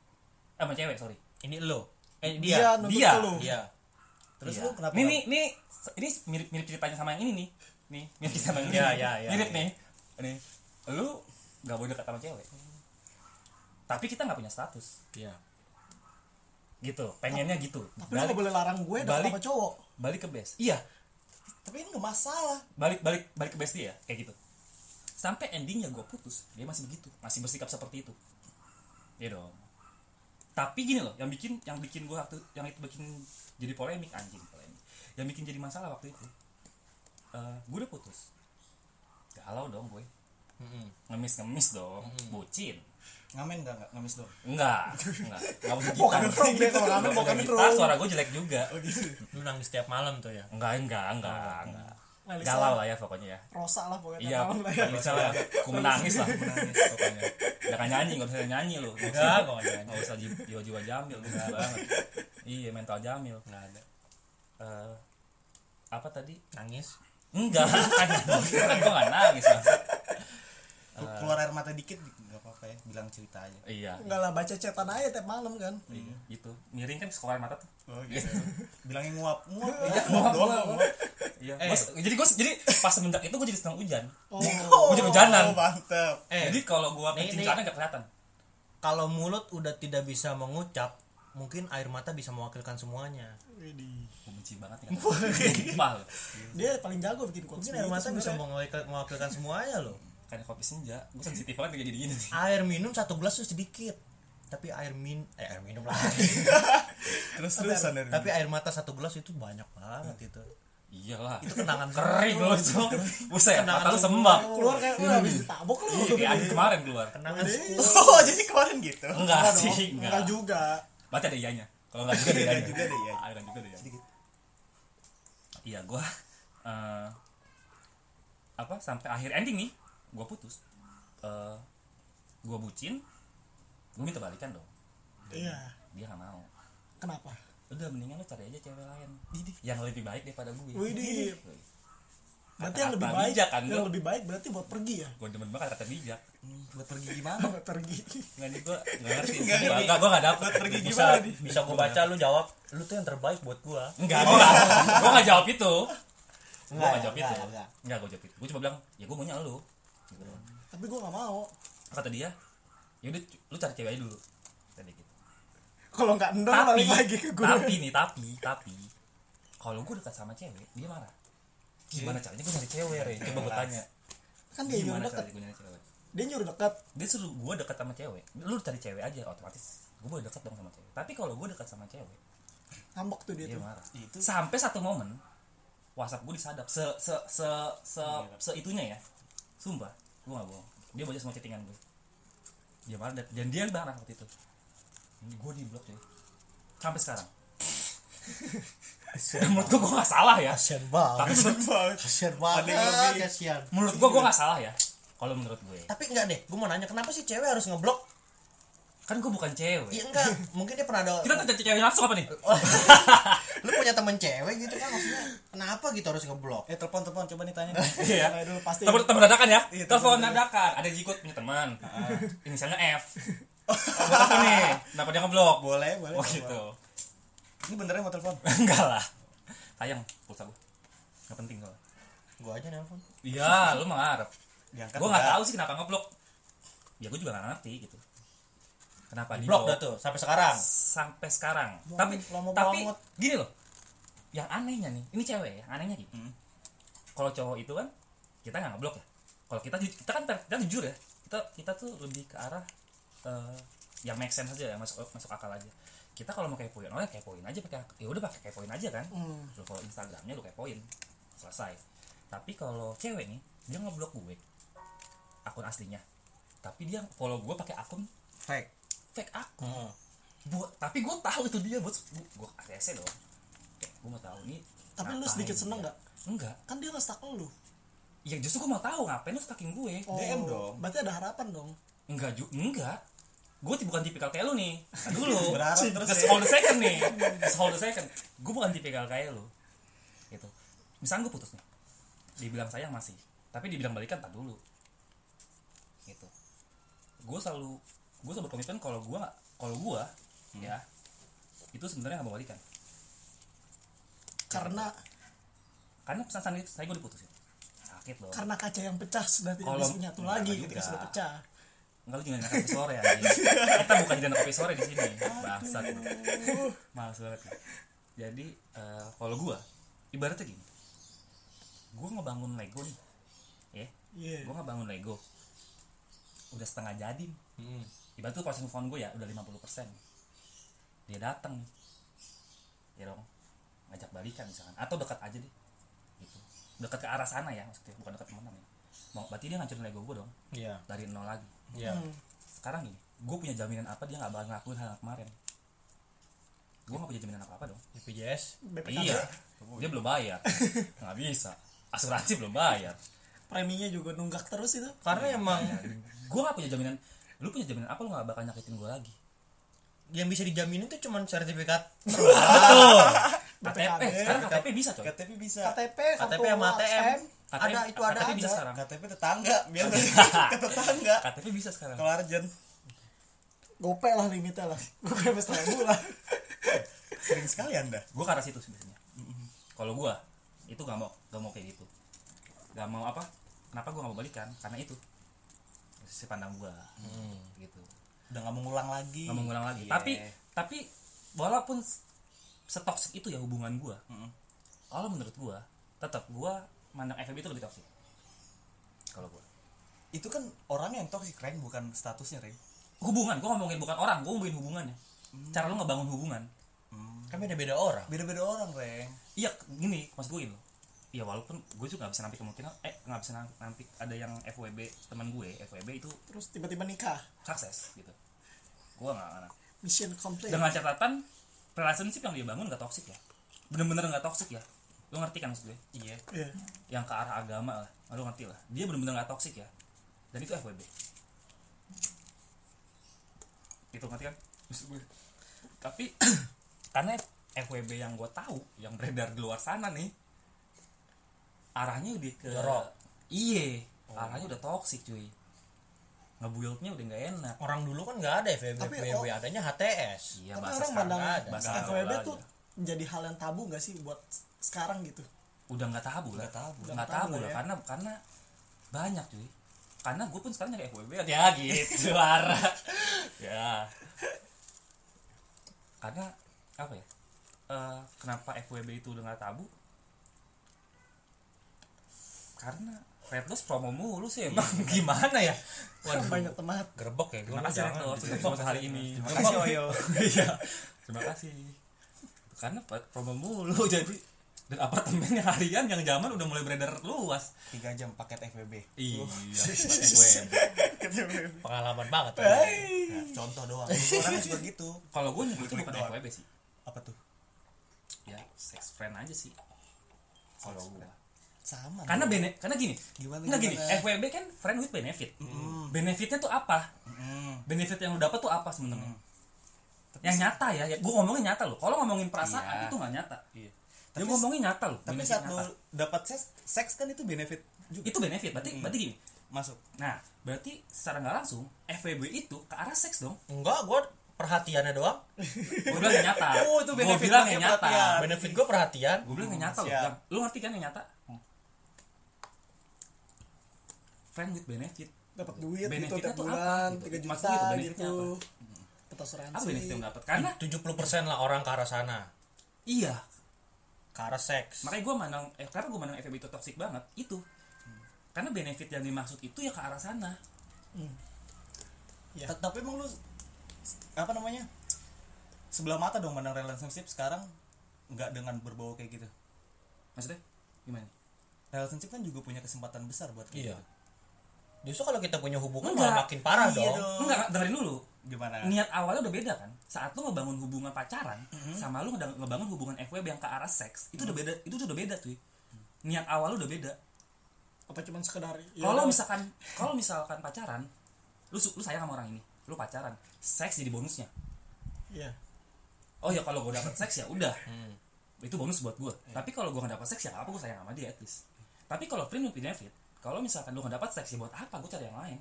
C: eh sama cewek sorry
G: Ini lo. Eh
H: Dia
G: dia.
C: Iya,
H: nuntut
C: dia.
H: ke lu.
G: Dia.
F: Terus
C: Iya.
F: lu kenapa?
C: Nih, nih, nih, se- ini mirip mirip ceritanya sama yang ini nih. Nih, mirip sama yang ini.
G: Iya, iya, iya,
C: mirip
G: iya.
C: nih. Nih, lu gak boleh dekat sama cewek. Tapi kita gak punya status.
D: Iya.
C: Gitu, pengennya gitu.
H: Tapi lu
C: Balik,
H: gak boleh larang gue dong
C: Balik.
H: sama cowok.
C: balik ke base. Iya,
F: Tapi ini gak masalah.
C: balik balik balik ke base dia kayak gitu. Sampai endingnya gue putus, dia masih begitu, masih bersikap seperti itu. Iya dong. Tapi gini loh, yang bikin yang bikin gue waktu yang itu bikin jadi polemik anjing polemik. Yang bikin jadi masalah waktu itu, Eh gue udah putus. Galau dong gue. ngemis-ngemis dong bucin
F: ngamen gak nggak ngemis dong
C: enggak enggak enggak usah gitar
F: Bukan pro, gue kalau ngamen
C: Nggak
F: bukan
C: usah
F: pro.
C: gitar, suara gue jelek juga
G: Lu nangis tiap malam tuh ya.
C: enggak enggak enggak enggak
H: Lali
C: galau lah ya pokoknya ya
H: Rosa lah pokoknya
C: iya
H: tahun lah ya.
C: bisa lah aku menangis lah aku menangis pokoknya jangan nyanyi nggak usah nyanyi lu Nggak usah-
G: Enggak, kok nyanyi.
C: nggak usah jiwa, jiwa, jiwa jamil enggak banget iya mental jamil
G: Enggak ada.
C: Eh, apa tadi
G: Nangis.
C: enggak kan gue nggak nangis Mas.
F: Lu keluar air mata dikit nggak apa-apa ya bilang cerita aja
C: iya
H: Enggak lah baca cetan aja tiap malam kan.
C: iya, gitu miring kan sekolah mata tuh
F: oh gitu bilangnya nguap nguap iya
C: nguap,
F: nguap doang nguap
C: iya Gua- jadi gue jadi pas sebentar itu gue jadi sedang hujan
H: Oh.
C: gue jadi hujanan
F: oh mantep
G: Eh,
C: jadi kalau gue
G: Nih,
C: kencing
G: nih.
C: celana nggak kelihatan
G: kalau mulut udah tidak bisa mengucap, mungkin air mata bisa mewakilkan semuanya.
C: gue benci banget nih kata Sumpah loh.
H: Dia paling jago bikin quotes
G: Mungkin air
H: begitu
G: mata bisa
H: sebenarnya.
G: mewakilkan, mewakilkan semuanya loh.
C: kayak kopi senja gue sensitif banget kayak jadi gini nih.
G: Air minum satu gelas tuh sedikit. Tapi air min eh, air minum lah.
F: terus terusan dari
G: Tapi air mata satu gelas itu banyak banget gitu. itu.
C: iyalah
G: Itu kenangan
C: kering loh cok buset
G: Kenangan
C: mata lu
G: semua.
C: sembab
H: Keluar kayak lu habis ditabok lu.
C: Iya, kayak anjing kemarin keluar
G: Kenangan semua.
F: oh jadi kemarin gitu
C: enggak
H: Enggak
C: sih
H: dong,
C: enggak
H: Enggak juga.
C: berarti ada ianya kalau enggak juga ada
F: Ada
C: ianya
F: juga ada ianya.
C: ada juga ada ianya iya gue apa sampai akhir ending nih gue putus Eh gue bucin gue minta balikan dong
H: Iya.
C: dia nggak mau
H: Kenapa?
C: udah mendingan lu cari aja cewek lain yang lebih baik daripada gue
H: Widih. Berarti yang
C: Kata
H: lebih baik
C: bijak kan,
H: yang
C: gua.
H: lebih baik berarti buat pergi ya.
C: gue demen banget kata bijak
F: buat pergi gimana
H: Buat pergi.
C: nggak nih gue nggak ngerti nggak nggak gue nggak dapet pergi
G: Bisa bisa gua baca lu jawab, lu tuh yang terbaik buat gua.
C: Enggak, gue gak, gue gak jawab itu Gue
D: Enggak,
C: gak jawab
D: enggak,
C: itu
D: enggak.
C: Enggak, gue jawab itu Gue cuma bilang, ya gue maunya lu Gitu doang.
H: Tapi gua nggak mau.
C: Kata dia, yaudah cu- lu cari cewek aja dulu Tadi gitu
H: Kalau nggak endor
C: Tapi,
H: balik lagi ke gue.
C: tapi nih, tapi, tapi kalau gue dekat sama cewek, dia marah Gimana caranya gue nyari cewek, Re? Coba gue tanya
H: Kan dia nyuruh
C: Gimana
H: deket.
C: caranya gue nyari cewek?
H: Dia nyuruh deket.
C: Dia suruh gue dekat sama cewek Lu cari cewek aja, otomatis Gue boleh dekat dong sama cewek Tapi kalau gue dekat sama cewek,
H: Ngambek tuh dia
C: dia
H: tuh.
C: marah sampai satu momen WhatsApp gue disadap se se se se, se itunya ya sumpah gue gak bohong dia baca semua chattingan gue dia marah dan- dan dia yang marah waktu itu gue di blok ya sampai sekarang Dan menurut gue gue gak salah ya
D: Kasian banget.
C: tapi menurut,
D: Kasian banget. Kasian.
C: menurut gue gue gak salah ya kalau menurut gue
G: Tapi enggak deh, gua mau nanya kenapa sih cewek harus ngeblok?
C: kan gue bukan cewek
G: Ya
D: Iya,
G: enggak, mungkin dia pernah ada
C: kita terjadi cewek langsung apa nih
D: Lu punya temen cewek gitu kan maksudnya. Kenapa gitu harus ngeblok?
F: eh telepon telepon coba nih tanya
C: iya
H: Nah, dulu pasti
C: telepon telepon dadakan ya telepon dadakan ada jikut punya teman inisialnya F Gua telepon nih kenapa dia ngeblok
F: boleh boleh
C: oh
F: boleh.
C: gitu
F: ini beneran mau telepon
C: enggak lah sayang pulsa gua nggak penting soalnya
D: Gua aja nelpon.
C: iya lu mah ngarep
F: diangkat
C: gua nggak tahu sih kenapa ngeblok ya gua juga nggak ngerti gitu kenapa di
G: blok dah tuh sampai sekarang.
C: sampai sekarang
H: Mau-
C: tapi
H: lama
C: tapi
H: banget.
C: gini loh yang anehnya nih ini cewek ya anehnya gitu kalau cowok itu kan kita nggak ngeblok ya kalau kita ju- kita kan per- kita jujur ya kita kita tuh lebih ke arah eh, yang make sense aja ya masuk masuk akal aja kita kalau mau kepoin orang kepoin aja pakai ya udah pakai kepoin aja kan
H: Hmm.
C: lu follow instagramnya lu kepoin selesai tapi kalau cewek nih dia ngeblok gue akun aslinya tapi dia follow gue pakai akun
F: fake
C: fake aku
H: Hmm.
C: buat tapi gue tahu itu dia buat gue ATS doang gue mau tahu nih
H: Tapi lu
C: ngapain
H: sedikit
C: dia.
H: seneng nggak?
C: enggak
H: Kan dia ngestak lu. Oh,
C: ya justru gue mau tahu ngapain lu stalking gue
F: DM dong.
H: Berarti ada harapan dong.
C: enggak ju enggak gue bukan tipikal kayak lu nih Ntar dulu
F: Berharap terus
C: just
F: ya.
C: hold the second nih just hold the second gue bukan tipikal kayak lu gitu misalnya gue putus nih dibilang sayang masih tapi dibilang balikan tak dulu gitu gue selalu gue selalu berkomitmen kalau gue nggak- kalau gue
F: Hmm.
C: ya itu sebenarnya nggak mau balikan
H: Karena
C: karena pesan saya, saya gue diputusin sakit loh
H: karena kaca yang pecah sudah tidak
C: Kalau-
H: bisa menyatu
C: Enggak
H: lagi
C: juga.
H: ketika sudah pecah.
C: Enggak lu jangan kopi sore ya. Kita bukan jalan kopi sore di sini. Bangsat. lu. Males banget. lu. Jadi eh, kalau gua ibaratnya gini. Gua ngebangun Lego nih. Ya.
H: Iya.
C: Gua ngebangun Lego. Udah setengah jadi. Ibarat tuh proses move on gua ya udah 50%. Dia datang nih. Ya dong. Ngajak balikan misalkan atau dekat aja deh. Gitu. Dekat ke arah sana ya maksudnya, bukan dekat teman ya. mau berarti dia ngancurin ego gue dong
D: Iya.
C: dari nol lagi
D: Iya.
C: sekarang gini gue punya jaminan apa dia nggak bakal ngelakuin hal yang kemarin gue nggak punya jaminan apa apa dong
G: BPJS
H: BPKB
C: iya dia belum bayar nggak bisa asuransi belum bayar
H: preminya juga nunggak terus itu
D: Karena emang
C: gue nggak punya jaminan lu punya jaminan apa lu nggak bakal nyakitin gue lagi
D: yang bisa dijaminin tuh cuman sertifikat
C: KTP
D: ya.
H: ya.
C: sekarang KTP bisa coy
F: KTP bisa
H: KTP
D: KTP sama ATM.
C: KTP,
D: Ada itu ada
C: KTP
D: aja.
C: bisa sekarang
F: KTP tetangga biar ke tetangga
C: KTP bisa sekarang
F: ke Larjen
H: Gopay lah limitnya lah Gopay mas ribu lah
F: sering sekali anda
C: gue ke arah situ sebenarnya kalau gue itu gak mau gak mau kayak gitu gak mau apa kenapa gue gak mau balikan karena itu si pandang gue gitu
F: udah nggak mengulang lagi
C: gak mau ngulang lagi
F: Iya.
C: tapi tapi walaupun s- setoksik itu ya hubungan gue kalau menurut gue tetap gue mandang FB itu lebih toksik kalau gue
F: itu kan orang yang toksik Ren bukan statusnya Ren Mm.
C: hubungan gue ngomongin bukan orang gue ngomongin hubungannya cara lu ngebangun hubungan
D: kan beda-beda orang.
F: beda-beda orang Ren
C: iya gini maksud gue gini ya walaupun gue juga gak bisa nampik kemungkinan eh gak bisa nam- nampik ada yang FWB teman gue FWB itu
H: Terus tiba-tiba nikah
C: sukses gitu gue gak anak
H: Mission complete
C: dengan catatan relationship yang dia bangun gak toksik ya bener-bener gak toksik ya lo ngerti kan maksud gue iya
H: Iya.
C: yang ke arah agama lah lo ngerti lah dia bener-bener gak toksik ya dan itu FWB itu ngerti kan maksud gue tapi karena FWB yang gue tahu yang beredar di luar sana nih arahnya udah ke iye arahnya udah toksik cuy ngebuildnya udah nggak enak
D: Orang dulu kan nggak ada FWB,
H: Tapi,
D: FWB adanya HTS.
C: iya bahasa
H: Tapi Kan orang
C: sekarang
H: pandang
C: nggak ada bahasa
H: FWB
C: nggak
H: tuh
C: ada.
H: jadi hal yang tabu gak sih buat sekarang gitu
C: udah nggak tabu lah
F: Nggak tabu.
C: nggak
H: Nggak
C: tabu
H: tabu
C: lah
H: ya.
C: karena karena banyak cuy karena gue pun sekarang nyari FWB ya gitu Lara ya karena apa ya Eh, kenapa FWB itu udah nggak tabu karena Red Loss promo mulu sih emang gimana ya
H: Waduh. banyak teman
G: gerbek ya gue
C: terima kasih Red Loss untuk promo hari ini terima kasih Oyo iya terima kasih karena promo mulu jadi dan apartemennya harian yang zaman udah mulai beredar luas
F: tiga jam paket FBB
C: Iya,
G: pengalaman banget
F: Nah, contoh doang orang juga gitu
C: Kalau gue nyebutnya bukan FWB sih.
F: apa tuh
C: Ya, sex friend aja sih. Kalau gue.
F: sama
C: Karena bene, karena gini.
F: Gimana,
C: Nggak gini,
F: gimana?
C: FWB kan friend with benefit. Benefitnya tuh apa? Benefit yang lo dapat tuh apa sebenarnya? Yang nyata ya, ya gue ngomongin nyata loh. Kalau ngomongin perasaan
F: Iya.
C: itu nggak nyata.
F: Iya.
C: Dia ngomongin nyata loh.
F: tapi
C: benefit
F: saat lu
C: nyata.
F: dapat seks, seks kan itu benefit
D: Iya.
F: juga
C: itu benefit. Berarti berarti gini.
F: masuk
C: Nah, berarti secara nggak langsung FWB itu ke arah seks dong.
D: Enggak, gue perhatiannya doang.
C: Gue bilang yang nyata.
F: Oh, itu
C: Gue
F: benefit
C: bilang
F: pakai
C: yang nyata.
F: perhatian.
D: Benefit gue perhatian.
C: gue bilang yang nyata loh
F: ya. siap. Hmm.
C: Bang. lu ngerti kan yang nyata friend with benefit
H: dapat duit gitu
C: Benefitnya
H: tiap
C: tuh apa
H: bulan
C: gitu?
H: tiga
C: Maksudnya
H: juta
C: gitu, benefitnya
H: gitu
C: apa? Hmm.
H: Dapat asuransi
C: apa benefit yang dapat karena
D: 70% lah orang ke arah sana.
C: iya
D: Ke arah seks.
C: makanya gue mandang eh, karena gue mandang FEB itu toxic banget itu
F: Hmm.
C: karena benefit yang dimaksud itu ya ke arah sana
D: Iya.
H: Ya.
F: Ta- tapi emang lu s- apa namanya sebelah mata dong mandang relationship sekarang nggak dengan berbau kayak gitu
C: maksudnya gimana
F: relationship kan juga punya kesempatan besar buat kayak
D: Iya.
F: gitu
D: Justru kalau kita punya hubungan
C: Enggak.
D: malah makin parah
F: Iya
D: dong.
F: dong.
C: enggak dengerin dulu
F: gimana
D: Hmm.
C: niat awalnya udah beda kan saat lu ngebangun hubungan pacaran sama lu ngedang- ngebangun hubungan FWB yang ke arah seks itu udah beda itu udah beda cuy niat awal lu udah beda
H: apa cuman sekedar ya
C: kalau
H: udah,
C: misalkan kalau misalkan pacaran lu su- lu sayang sama orang ini lu pacaran seks jadi bonusnya
H: ya
C: oh ya kalau gue dapet seks ya udah itu bonus buat gue tapi kalau gue nggak dapet seks ya nggak apa gue sayang sama dia at least tapi kalau friend with benefit kalau misalkan lu nggak dapet seks ya buat apa gue cari yang lain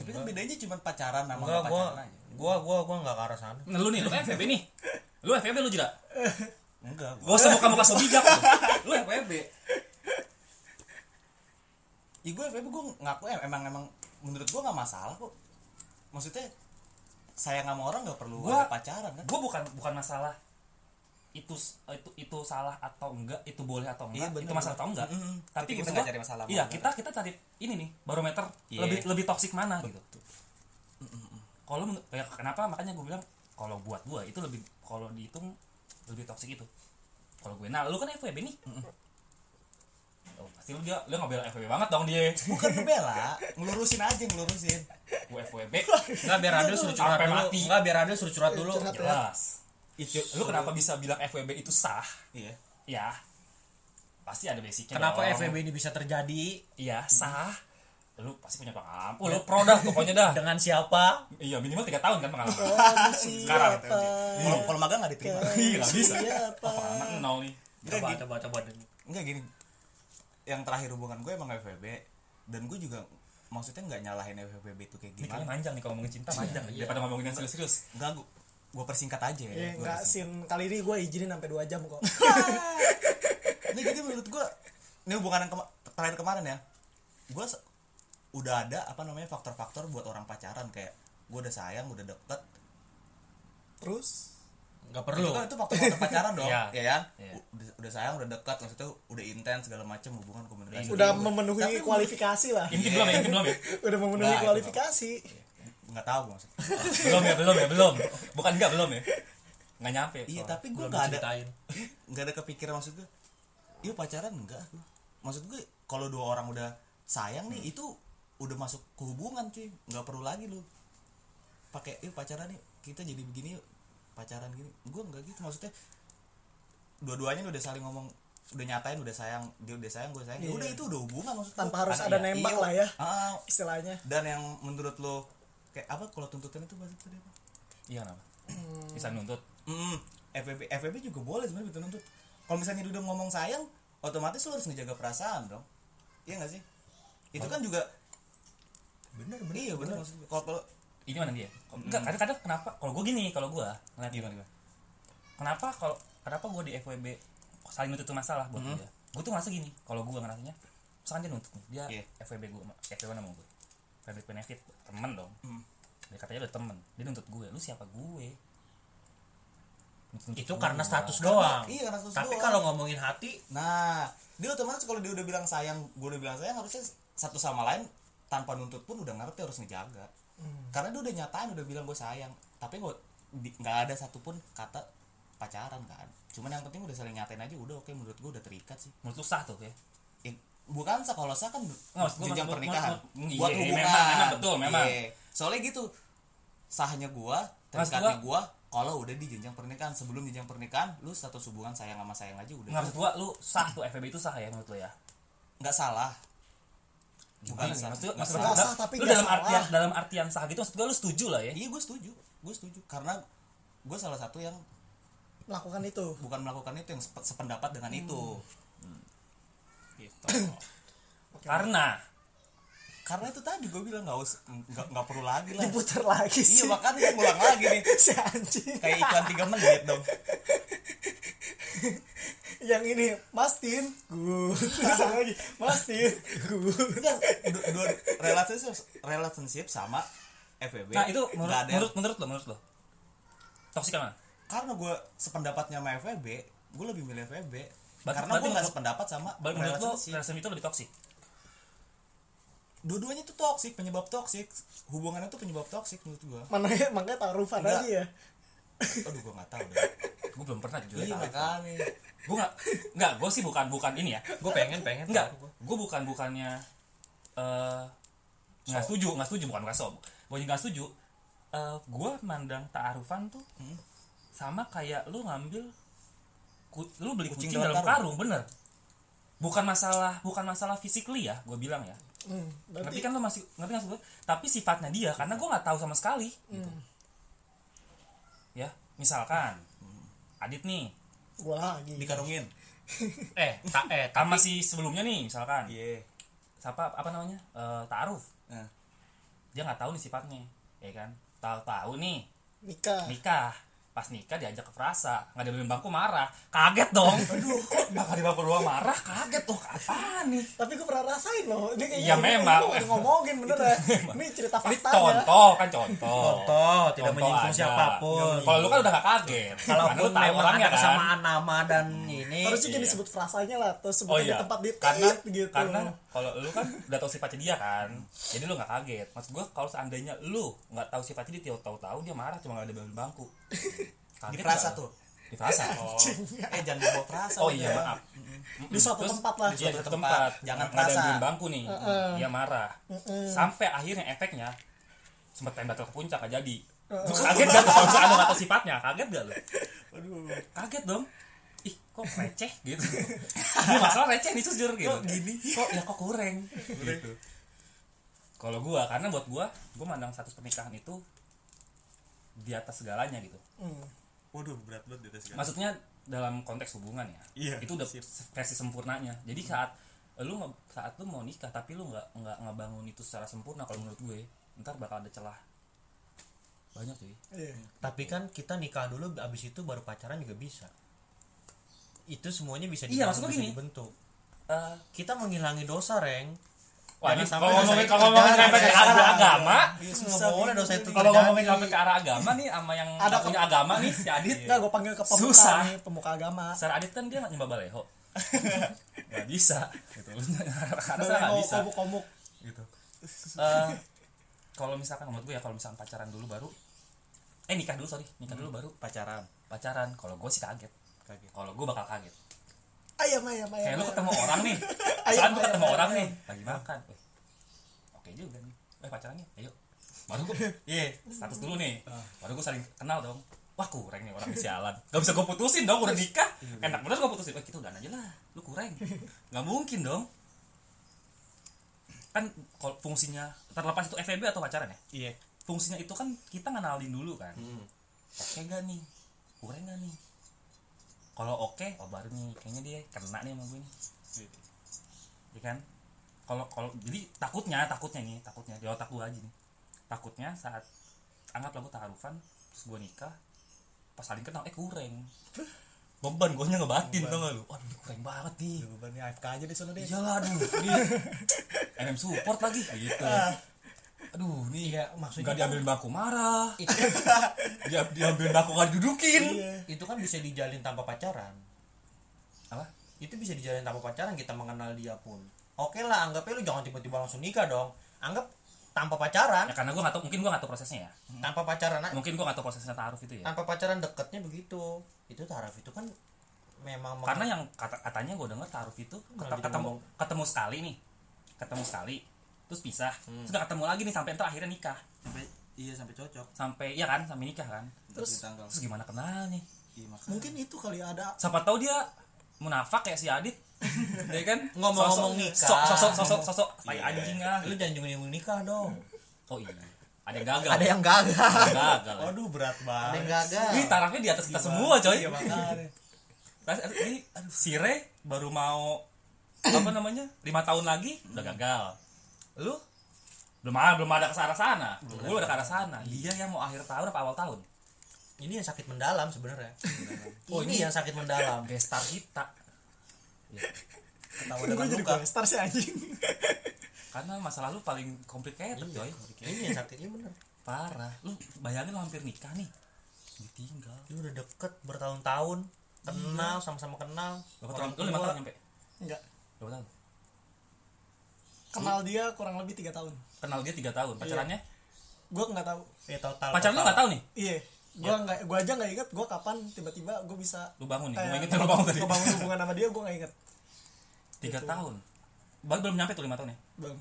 F: tapi kan bedanya cuma pacaran sama
D: Enggak,
F: nggak
D: gue
F: pacaran aja
D: gua gua gua nggak ke arah sana.
C: nah, lu nih lu FWB nih lu FWB lu tidak
F: enggak gua.
C: gue semoga muka so bijak lu. lu FWB
F: ya gue FWB gue ngaku em- emang emang menurut gue nggak masalah kok maksudnya sayang sama orang nggak perlu
C: Gua-
F: ada pacaran kan
C: gue bukan bukan masalah itu s- itu itu salah atau enggak itu boleh atau enggak
F: Iya, bener,
C: itu masalah atau enggak
F: Mm-mm.
C: tapi
F: Kita
C: maksud
F: nggak
C: gua,
F: cari masalah,
C: iya
F: mau
C: kita kita cari ini nih barometer
F: Iya.
C: lebih lebih toksik mana gitu kalau menur- ya, kenapa makanya gue bilang kalau buat gue itu lebih kalau dihitung lebih toksik itu kalau gue nah lu kan FWB nih oh, pasti lu dia lu nggak bela FWB banget dong dia
F: bukan ngebela ngelurusin aja ngelurusin
C: FWB
G: Enggak biar Adil suruh curhat
C: Iya, Sampai
G: dulu.
C: mati.
G: Enggak biar Adil suruh curhat dulu.
H: Curhat ya.
C: jelas itu lu kenapa bisa bilang FWB itu sah
F: iya
C: ya pasti ada basicnya
G: Kenapa
C: Iya, dong.
G: FWB ini bisa terjadi?
C: iya sah lu pasti punya pengalaman oh, lu
F: Iya.
C: pro dah pokoknya dah
G: Dengan siapa?
C: iya minimal tiga tahun kan pengalaman
H: Sekarang
F: Iya, kalau kalau magang nggak diterima
C: Iya, nggak bisa.
H: Siapa? Eh,
C: pengalaman lu nol nih
G: Coba,
C: gitu.
G: coba, coba.
F: Enggak gini Yang terakhir hubungan gue emang FWB Dan gue juga Maksudnya nggak nyalahin FWB itu kayak
C: ini kayaknya
F: gimana
C: panjang nih kalau ngomongin cinta panjang
F: Iya.
C: daripada ngomongin yang serius-serius
F: Enggak gue, gue persingkat aja ya
H: Ya,
F: gue
H: enggak
F: persingkat.
H: sin kali ini gue izinin sampai 2 jam kok.
F: Ini jadi menurut gue Ini hubungan yang kema- terakhir kemarin ya Gue se- udah ada apa namanya faktor-faktor buat orang pacaran Kayak gue udah sayang, udah deket
H: Terus
G: Enggak perlu.
F: Itu kan itu faktor-faktor pacaran dong
G: Iya.
F: ya kan?
C: Iya.
F: U- Udah, udah sayang, udah deket Maksudnya udah intens segala macem hubungan komunikasi
H: udah
F: Gue-
H: memenuhi
F: Tapi-
H: kualifikasi lah.
F: Iya.
C: intim belum ya intim belum ya
H: Udah memenuhi
F: Nah, itu
H: kualifikasi.
F: nggak tahu maksudnya
C: belum ya belum ya belum bukan enggak belum ya nggak nyampe
F: Iya
C: soalnya.
F: tapi gue
G: Belum
F: nggak ada Iya,
G: diceritain.
F: nggak ada kepikiran maksud gue yuk pacaran enggak aku maksud gue kalau dua orang udah sayang
H: Hmm.
F: nih itu udah masuk ke hubungan cuy nggak perlu lagi lu pakai yuk pacaran nih kita jadi begini yuk pacaran gini gue nggak gitu maksudnya dua-duanya udah saling ngomong udah nyatain udah sayang dia udah sayang gue sayang ya
H: Iya.
F: udah itu udah hubungan Kan maksudnya
H: Tanpa harus
C: Kan
H: ada
C: iya.
H: nembak lah ya.
C: Ah.
H: Istilahnya.
F: iya. Ah, dan yang menurut lo kayak apa kalau tuntutan itu maksudnya dia apa
C: iya kenapa bisa nuntut
F: Mm, FVB FVB juga boleh sebenarnya betul nuntut. Kalau misalnya dia udah ngomong sayang, otomatis lu harus ngejaga perasaan dong. Iya gak sih? Itu kan juga bener bener. Iya bener. maksud gue. Kalau kalau
C: ini mana dia enggak kadang-kadang kenapa kalau gue gini kalau gue ngeliat
F: gimana gimana?
C: kenapa kalau kenapa gue di FWB saling nuntut tuh masalah buat dia gue tuh ngerasa gini kalau gue ngerasanya misalkan dia nuntut nih dia
F: Iya.
C: FWB gue FWB nama gue public benefit temen dong dia katanya udah temen dia nuntut gue lu siapa gue Nuntut-nuntut
G: Itu
C: gue.
G: karena status doang.
F: Iya, karena status
G: Tapi
F: doang.
G: kalau ngomongin hati,
F: Nah, dia otomatis kalau dia udah bilang sayang, gue udah bilang sayang harusnya satu sama lain tanpa nuntut pun udah ngerti harus ngejaga. Karena dia udah nyatain udah bilang gue sayang, tapi gue nggak ada satupun kata pacaran kan. Cuman yang penting udah saling nyatain aja udah oke menurut gue udah terikat sih.
C: menurut lu sah tuh ya
F: ya, bukan sah kalau sah kan
C: Nggak, maksud gua
F: jenjang
C: maksud-
F: pernikahan
C: maksud- maksud-
F: buat
C: iya,
F: hubungan
C: memang- memang betul, memang.
F: Iya. soalnya gitu sahnya gua
C: Maksud
F: terikatnya gua kalau udah di jenjang pernikahan sebelum jenjang pernikahan lu status hubungan sayang sama sayang aja udah
C: nggak maksud gue lu sah tuh FWB itu sah ya menurut lu ya
F: nggak salah bukan
C: Gimana ya?
F: sah
C: maksud gua-
F: nggak
C: maksud
F: salah.
C: gua-
H: Nggak sah, tapi
C: lu
H: nggak
C: dalam
H: salah.
C: artian dalam artian sah gitu maksud gue lu setuju lah ya
F: iya gue setuju gue setuju karena gue salah satu yang
H: Melakukan itu.
F: bukan melakukan itu yang sepe- sependapat dengan
H: Hmm.
F: itu
C: gitu karena
F: karena itu tadi gue bilang nggak us- nggak nggak perlu lagi lah
H: Diputar lagi sih.
F: iya makanya ngulang lagi nih
H: si anjing.
F: kayak iklan tiga menit dong
H: Yang ini Mastin, good. Terus ada lagi Mastin, good.
F: Enggak, du- dua relationship relationship sama FWB.
C: nah itu menurut
F: Nggak ada yang-
C: menurut menurut lo menurut lo toksik apa
F: karena gue sependapatnya sama FWB, gue lebih milih FWB.
C: Berarti-
F: karena gue
C: berarti
F: nggak
C: menurut-
F: sependapat sama
C: Balik menurut lo,
F: relationship.
C: relasi itu lebih toksik.
F: Dua-duanya tuh toksik, penyebab toksik. Hubungannya tuh penyebab toksik menurut gue.
H: Makanya ya? makanya taruhan
F: Enggak.
H: aja ya.
F: Aduh, gue nggak tahu deh.
C: Gue belum pernah jujur.
F: Iya, makanya.
C: Gue nggak, nggak. Gue sih bukan bukan ini ya.
G: gue pengen pengen
C: Nggak.
G: tahu gua.
C: Gue bukan bukannya eh nggak setuju, nggak setuju bukan nggak sob. Gue nggak setuju. Eh gue mandang taarufan tuh sama kayak lu ngambil ku- lu beli kucing,
F: Kucing
C: dalam
F: dalam
C: karung. bener. Bukan masalah, bukan masalah physically ya, gue bilang ya.
H: Hmm,
C: Ngerti
H: berarti
C: kan lu masih ngerti nggak gue? Tapi sifatnya dia, karena gue nggak tahu sama sekali. Gitu. Ya, misalkan hmm, Adit nih
H: gue lagi.
F: Dikarungin.
G: Eh, ta eh ta-
C: sama si sebelumnya nih misalkan
F: Iya.
C: siapa apa namanya Eh, Taaruf
F: Nah,
C: dia nggak tahu nih sifatnya ya kan tahu-tahu nih
H: Nikah.
C: nikah pas nikah diajak ke frasa nggak ada bangku marah kaget dong aduh kok bakal di bangku luar marah kaget tuh apa nih
H: Tapi gue pernah rasain loh. Ini kayaknya
C: Iya,
H: ini-
C: memang.
H: ini bukan ngomongin bener ya. Ini cerita
C: ini
H: fakta
C: contoh kan contoh
G: Contoh, tidak menyinggung
C: aja.
G: siapapun.
C: kalau lu kan udah gak kaget Karena lu
G: kalaupun
C: tahu
G: memang
C: orangnya kan.
G: ada kesamaan nama dan ini
H: Harusnya
C: Iya.
H: jadi disebut frasanya lah terus
C: Oh
H: sebutin di
C: iya,
H: tempat di
C: karena
H: tit gitu.
C: karena kalau lu kan udah tahu sifatnya dia kan, jadi lu nggak kaget. Maksud gua kalau seandainya lu nggak tahu sifatnya dia tahu-tahu dia marah cuma nggak ada bahan bangku. Kaget
F: diperasa
C: nggak?
F: tuh.
C: di pasar oh,
F: eh jangan dibawa perasa
C: oh
F: udah.
C: iya maaf
H: Di suatu tempat lah.
C: di suatu
F: Di suatu
C: tempat,
F: tempat.
C: Nggak
F: Jangan
C: ada yang
F: perasa.
C: beliin bangku nih dia marah sampai akhirnya efeknya sempat pengen batal ke puncak gak jadi kaget gak tuh kalau misalnya anu nggak tahu sifatnya kaget gak lo kaget dong ih kok receh gitu ini masalah receh nih jujur gitu kok gini kok ya kok kurang gitu kalau gua karena buat gua gua mandang status pernikahan itu di atas segalanya gitu
B: Waduh berat banget di atas segala.
C: maksudnya dalam konteks hubungan ya
B: Iya,
C: itu udah
B: sip.
C: versi sempurnanya jadi saat lu nge- saat lu mau nikah tapi lu nggak nggak ngebangun itu secara sempurna kalau menurut gue ntar bakal ada celah banyak sih
H: Iya.
G: Tapi kan kita nikah dulu abis itu baru pacaran juga bisa. Itu semuanya bisa
C: Iya,
G: dibangun,
C: maksud gua
G: bisa
C: gini.
G: dibentuk.
C: Eh,
G: Kita menghilangi dosa, Reng.
C: wah
G: Jangan
C: ini
G: sampai
C: kalau
G: dosa
C: ngomongin
G: itu
C: kalau ngomongin
G: terjadi,
C: sampai ke
G: Reng.
C: arah agama
G: Nggak boleh dosa itu
C: kalau
G: terjadi.
C: ngomongin sampai ke arah agama nih sama yang
H: Ada
C: punya agama nih si Adit
H: Nggak, gue panggil ke pemuka
C: Susah.
H: nih, pemuka agama.
C: secara Adit kan dia nggak nyembah baleho nggak bisa gitu karena saya nggak bisa
H: Komuk, komuk.
C: gitu Eh, kalau misalkan menurut gue ya kalau misalkan pacaran dulu baru eh nikah dulu sorry nikah dulu baru
F: pacaran
C: pacaran kalau gue sih kaget
F: Kaget.
C: kalau gue bakal kaget
H: Ayam, ayam, ayam.
C: kayak lu
H: ayam.
C: ketemu orang nih
H: Ayo,
C: misalkan gue
H: ayo,
C: ketemu
H: ayo,
C: orang
H: ayo.
C: nih lagi makan Eh, oke juga nih eh pacarannya ayo baru gue iya status dulu nih baru gue saling kenal dong wah kurang nih orang sialan gak bisa gue putusin dong udah nikah enak bener gue putusin eh kita udahan aja lah lu kurang nggak mungkin dong kan kalau fungsinya terlepas itu FEB atau pacaran ya
F: iya
C: fungsinya itu kan kita ngenalin dulu kan oke gak nih kurang gak nih kalau oke oh baru nih kayaknya dia kena nih sama gue nih ya kan kalau kalau jadi takutnya takutnya nih takutnya di otak gue aja nih takutnya saat anggaplah gue taruhan terus gue nikah pas saling kenal eh kurang beban gue nya ngebatin tau gak lu aduh ini kurang banget nih
H: Bebannya AFK aja di sana deh.
C: iyalah aduh ini MM support lagi gitu aduh nih
G: Iya, maksudnya
C: nggak
G: kan-
C: diambilin bangku marah dia diambilin bangku nggak didudukin
D: Iya.
G: Itu kan bisa dijalin tanpa pacaran.
C: apa
G: Itu bisa dijalin tanpa pacaran kita mengenal dia pun. Oke lah, anggapnya lu jangan tiba-tiba langsung nikah dong. Anggap tanpa pacaran,
C: ya karena gue nggak tau mungkin gue nggak tau prosesnya ya
G: tanpa pacaran aja.
C: mungkin gue nggak tau prosesnya taaruf itu ya
G: tanpa pacaran deketnya begitu itu taraf itu kan memang meng-
C: karena yang kata katanya gue denger taaruf itu
G: Malah
C: ket-
G: jadi
C: ketemu
G: ngomong.
C: ketemu sekali nih ketemu sekali terus pisah
G: Hmm.
C: terus nggak ketemu lagi nih sampai entar akhirnya nikah
F: sampai iya sampai cocok
C: sampai ya kan sampai nikah kan
F: terus tanggal
C: terus gimana kenal nih
F: iya makanya
H: Mungkin itu kali ya, ada
C: siapa tahu dia munafik kayak si Adit ya kan
G: Ngomong-ngomong
C: Sosok-
G: nikah. Iya.
C: sok sosok sosok sosok tai anjing ah
G: lu jangan nyungin nikah dong
C: oh iya ada yang gagal
G: ada yang
C: Kan
G: gagal
C: gagal
G: Oh,
F: aduh berat
G: ada
F: banget
G: yang gagal
C: ini tarafnya di atas kita semua coy
F: iya makanya
C: Tas- ini aduh, sire baru mau apa namanya lima tahun lagi udah gagal lu belum ada belum ada ke arah sana lu udah ke arah sana dia yang mau akhir tahun apa awal tahun
G: ini yang sakit mendalam sebenarnya oh ini yang sakit mendalam
C: gestar kita
H: Gue
F: ketawa dengan
H: jadi
F: luka
H: gue star sih anjing.
C: karena masa lalu paling complicated
D: Iya.
C: coy
G: Iya, ini yang sakitnya bener
C: parah lu bayangin lu hampir nikah nih ditinggal
G: lu udah deket bertahun-tahun kenal sama-sama kenal
C: Iya. berapa tahun
G: Orang
C: lu lima
G: tua.
C: tahun nyampe
H: Enggak.
C: berapa tahun
H: Kenal dia kurang lebih 3 tahun.
C: kenal dia tiga tahun pacarannya
H: Gue nggak tahu.
G: eh total
C: pacaran lu
G: total.
C: nggak tahu nih
H: Iya. Gue nggak, gue aja nggak inget. Gue kapan tiba-tiba gue bisa.
C: lu bangun nih
H: eh,
C: gue inget lu bangun tadi
H: kebangun hubungan sama dia gue nggak inget.
C: tiga tahun baru belum nyampe tuh lima tahun ya
H: Bang.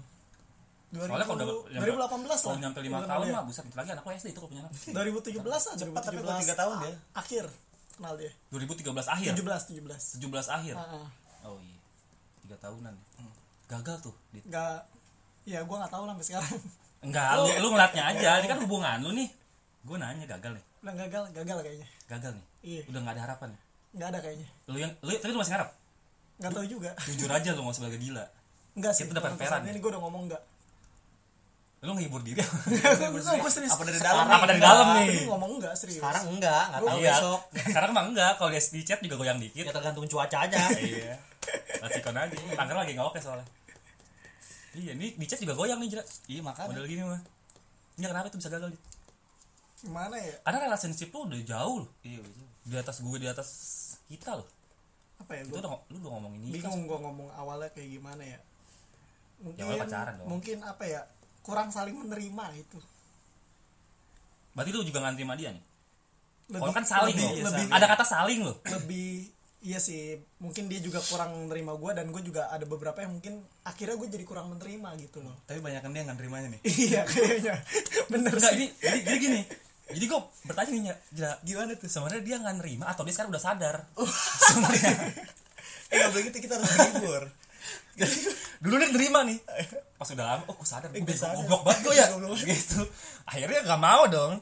C: soalnya kalau udah
H: 2018 lah.
C: kalau nyampe lima
H: Bener
C: tahun
H: dia.
C: mah buset bentar lagi anak lu SD itu kalau punya anak
H: 2017 lah, cepat tapi
F: gua tiga tahun
C: ya.
F: dia.
H: Akhir kenal dia.
C: 2013 akhir
H: 17, 17.
C: 17 akhir
H: Heeh.
C: oh iya tiga tahunan ya. gagal tuh Dit.
H: Enggak ya gue nggak tahu lah sampai sekarang.
C: enggak lu lu ngeliatnya aja ini kan hubungan lu nih gue nanya gagal nih
H: Udah gagal, gagal kayaknya.
C: gagal nih
H: Iya.
C: udah nggak ada harapan
H: Nggak ada kayaknya.
C: lu yang lu tapi lu masih ngarep
H: Nggak tahu juga.
C: jujur aja lu nggak sebagai gila
H: Enggak sih.
C: Itu udah
H: kalau
C: peran-peran ya?
H: saat Ini gue udah ngomong enggak.
C: lu ngehibur diri
H: Gue serius.
F: apa dari dalam
C: Sekarang Iya, apa dari dalam
H: Enggak,
C: nih
H: ini ngomong enggak serius.
G: sekarang enggak enggak tahu
C: iya
G: besok
C: sekarang emang enggak kalau dia di chat juga goyang dikit
G: ya tergantung cuaca aja
C: iya Rasikon aja Tangerang lagi nggak oke soalnya Iya ini di chat juga goyang nih jelas
F: iya makanya
C: Model gini mah Ini kenapa itu bisa gagal Dit?
H: Gimana ya?
C: Karena relationship lu udah jauh loh
F: iya betul
C: Di atas gue, di atas kita loh
H: Apa ya?
C: Itu
H: Gua
C: udah, lu udah ngomongin ini
H: bingung gue ngomong awalnya kayak gimana ya. Mungkin
C: awalnya pacaran dong.
H: mungkin apa ya? Kurang saling menerima itu.
C: Berarti lu juga nggak terima dia nih Kalau kan saling loh.
H: lebih, lebih,
C: Ada kata saling loh.
H: lebih iya sih mungkin dia juga kurang menerima gue dan gue juga ada beberapa yang mungkin akhirnya gue jadi kurang menerima gitu loh
F: tapi banyak dia nggak nerimanya nih
H: iya kayaknya bener
C: Enggak, jadi,
H: sih
C: jadi, jadi gini. Jadi gue bertanya nih, Jela, gimana tuh? Sebenarnya dia nggak nerima atau dia sekarang udah sadar? Sebenarnya.
F: eh nggak boleh gitu kita harus menghibur
C: Jadi, dulu dia nerima nih. Pas udah lama, oh gue sadar, gue
H: gua sadar.
C: goblok banget gue ya.
H: Goblok banget.
C: gitu. Akhirnya nggak mau dong.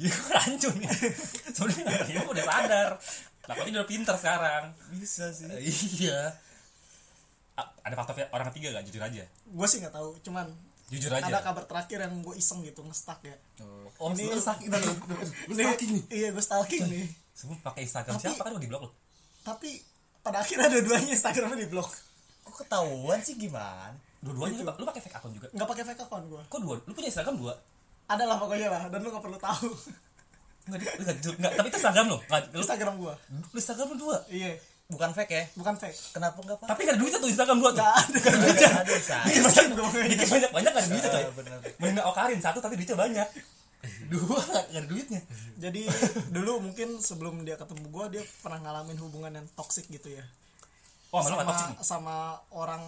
C: Jadi gue rancun nih. Sebenarnya nggak nerima, gua udah sadar. Takutnya dia udah pinter sekarang.
F: bisa sih
C: Eh, iya. A- Ada faktor orang ketiga gak? Jujur aja.
H: gue sih nggak tahu cuman
C: Jujur
H: ada
C: aja.
H: kabar terakhir yang gue iseng gitu ngestak ya
C: Oh,
H: ini
C: lu sakit.
H: ini, ini iya gue stalking nih
C: Semua pakai Instagram
H: Tapi-
C: siapa kan udah di blok lo?
H: tapi pada akhirnya dua-duanya Instagramnya di blok
F: kok ketahuan sih gimana
C: Dua-duanya lu, lu pakai fake akun juga.
H: nggak pakai fake account gue
C: Kok dua? Lu punya Instagram dua?
H: ada lah pokoknya lah dan lu nggak perlu tahu
C: Enggak, di- enggak, jujur, enggak, tapi itu Instagram lo. Enggak, lu
H: Instagram gue
C: lu Instagram lu dua.
H: iya
F: bukan fake ya
H: bukan fake
F: kenapa nggak apa
C: Tapi enggak ada duitnya tuh Instagram dua tuh.
H: nggak ada
F: ada Shay.
H: Miskin gua makanya.
C: Dikit banyak-banyak enggak ada duitnya
F: Eh,
C: coy.
F: bener
C: Mending Okarin satu tapi duitnya banyak. Dua enggak enggak ada duitnya.
H: jadi dulu mungkin sebelum dia ketemu gue dia pernah ngalamin hubungan yang toksik gitu ya
C: Wah, malu
H: sama
C: Oh, enggak toksik nih.
H: sama orang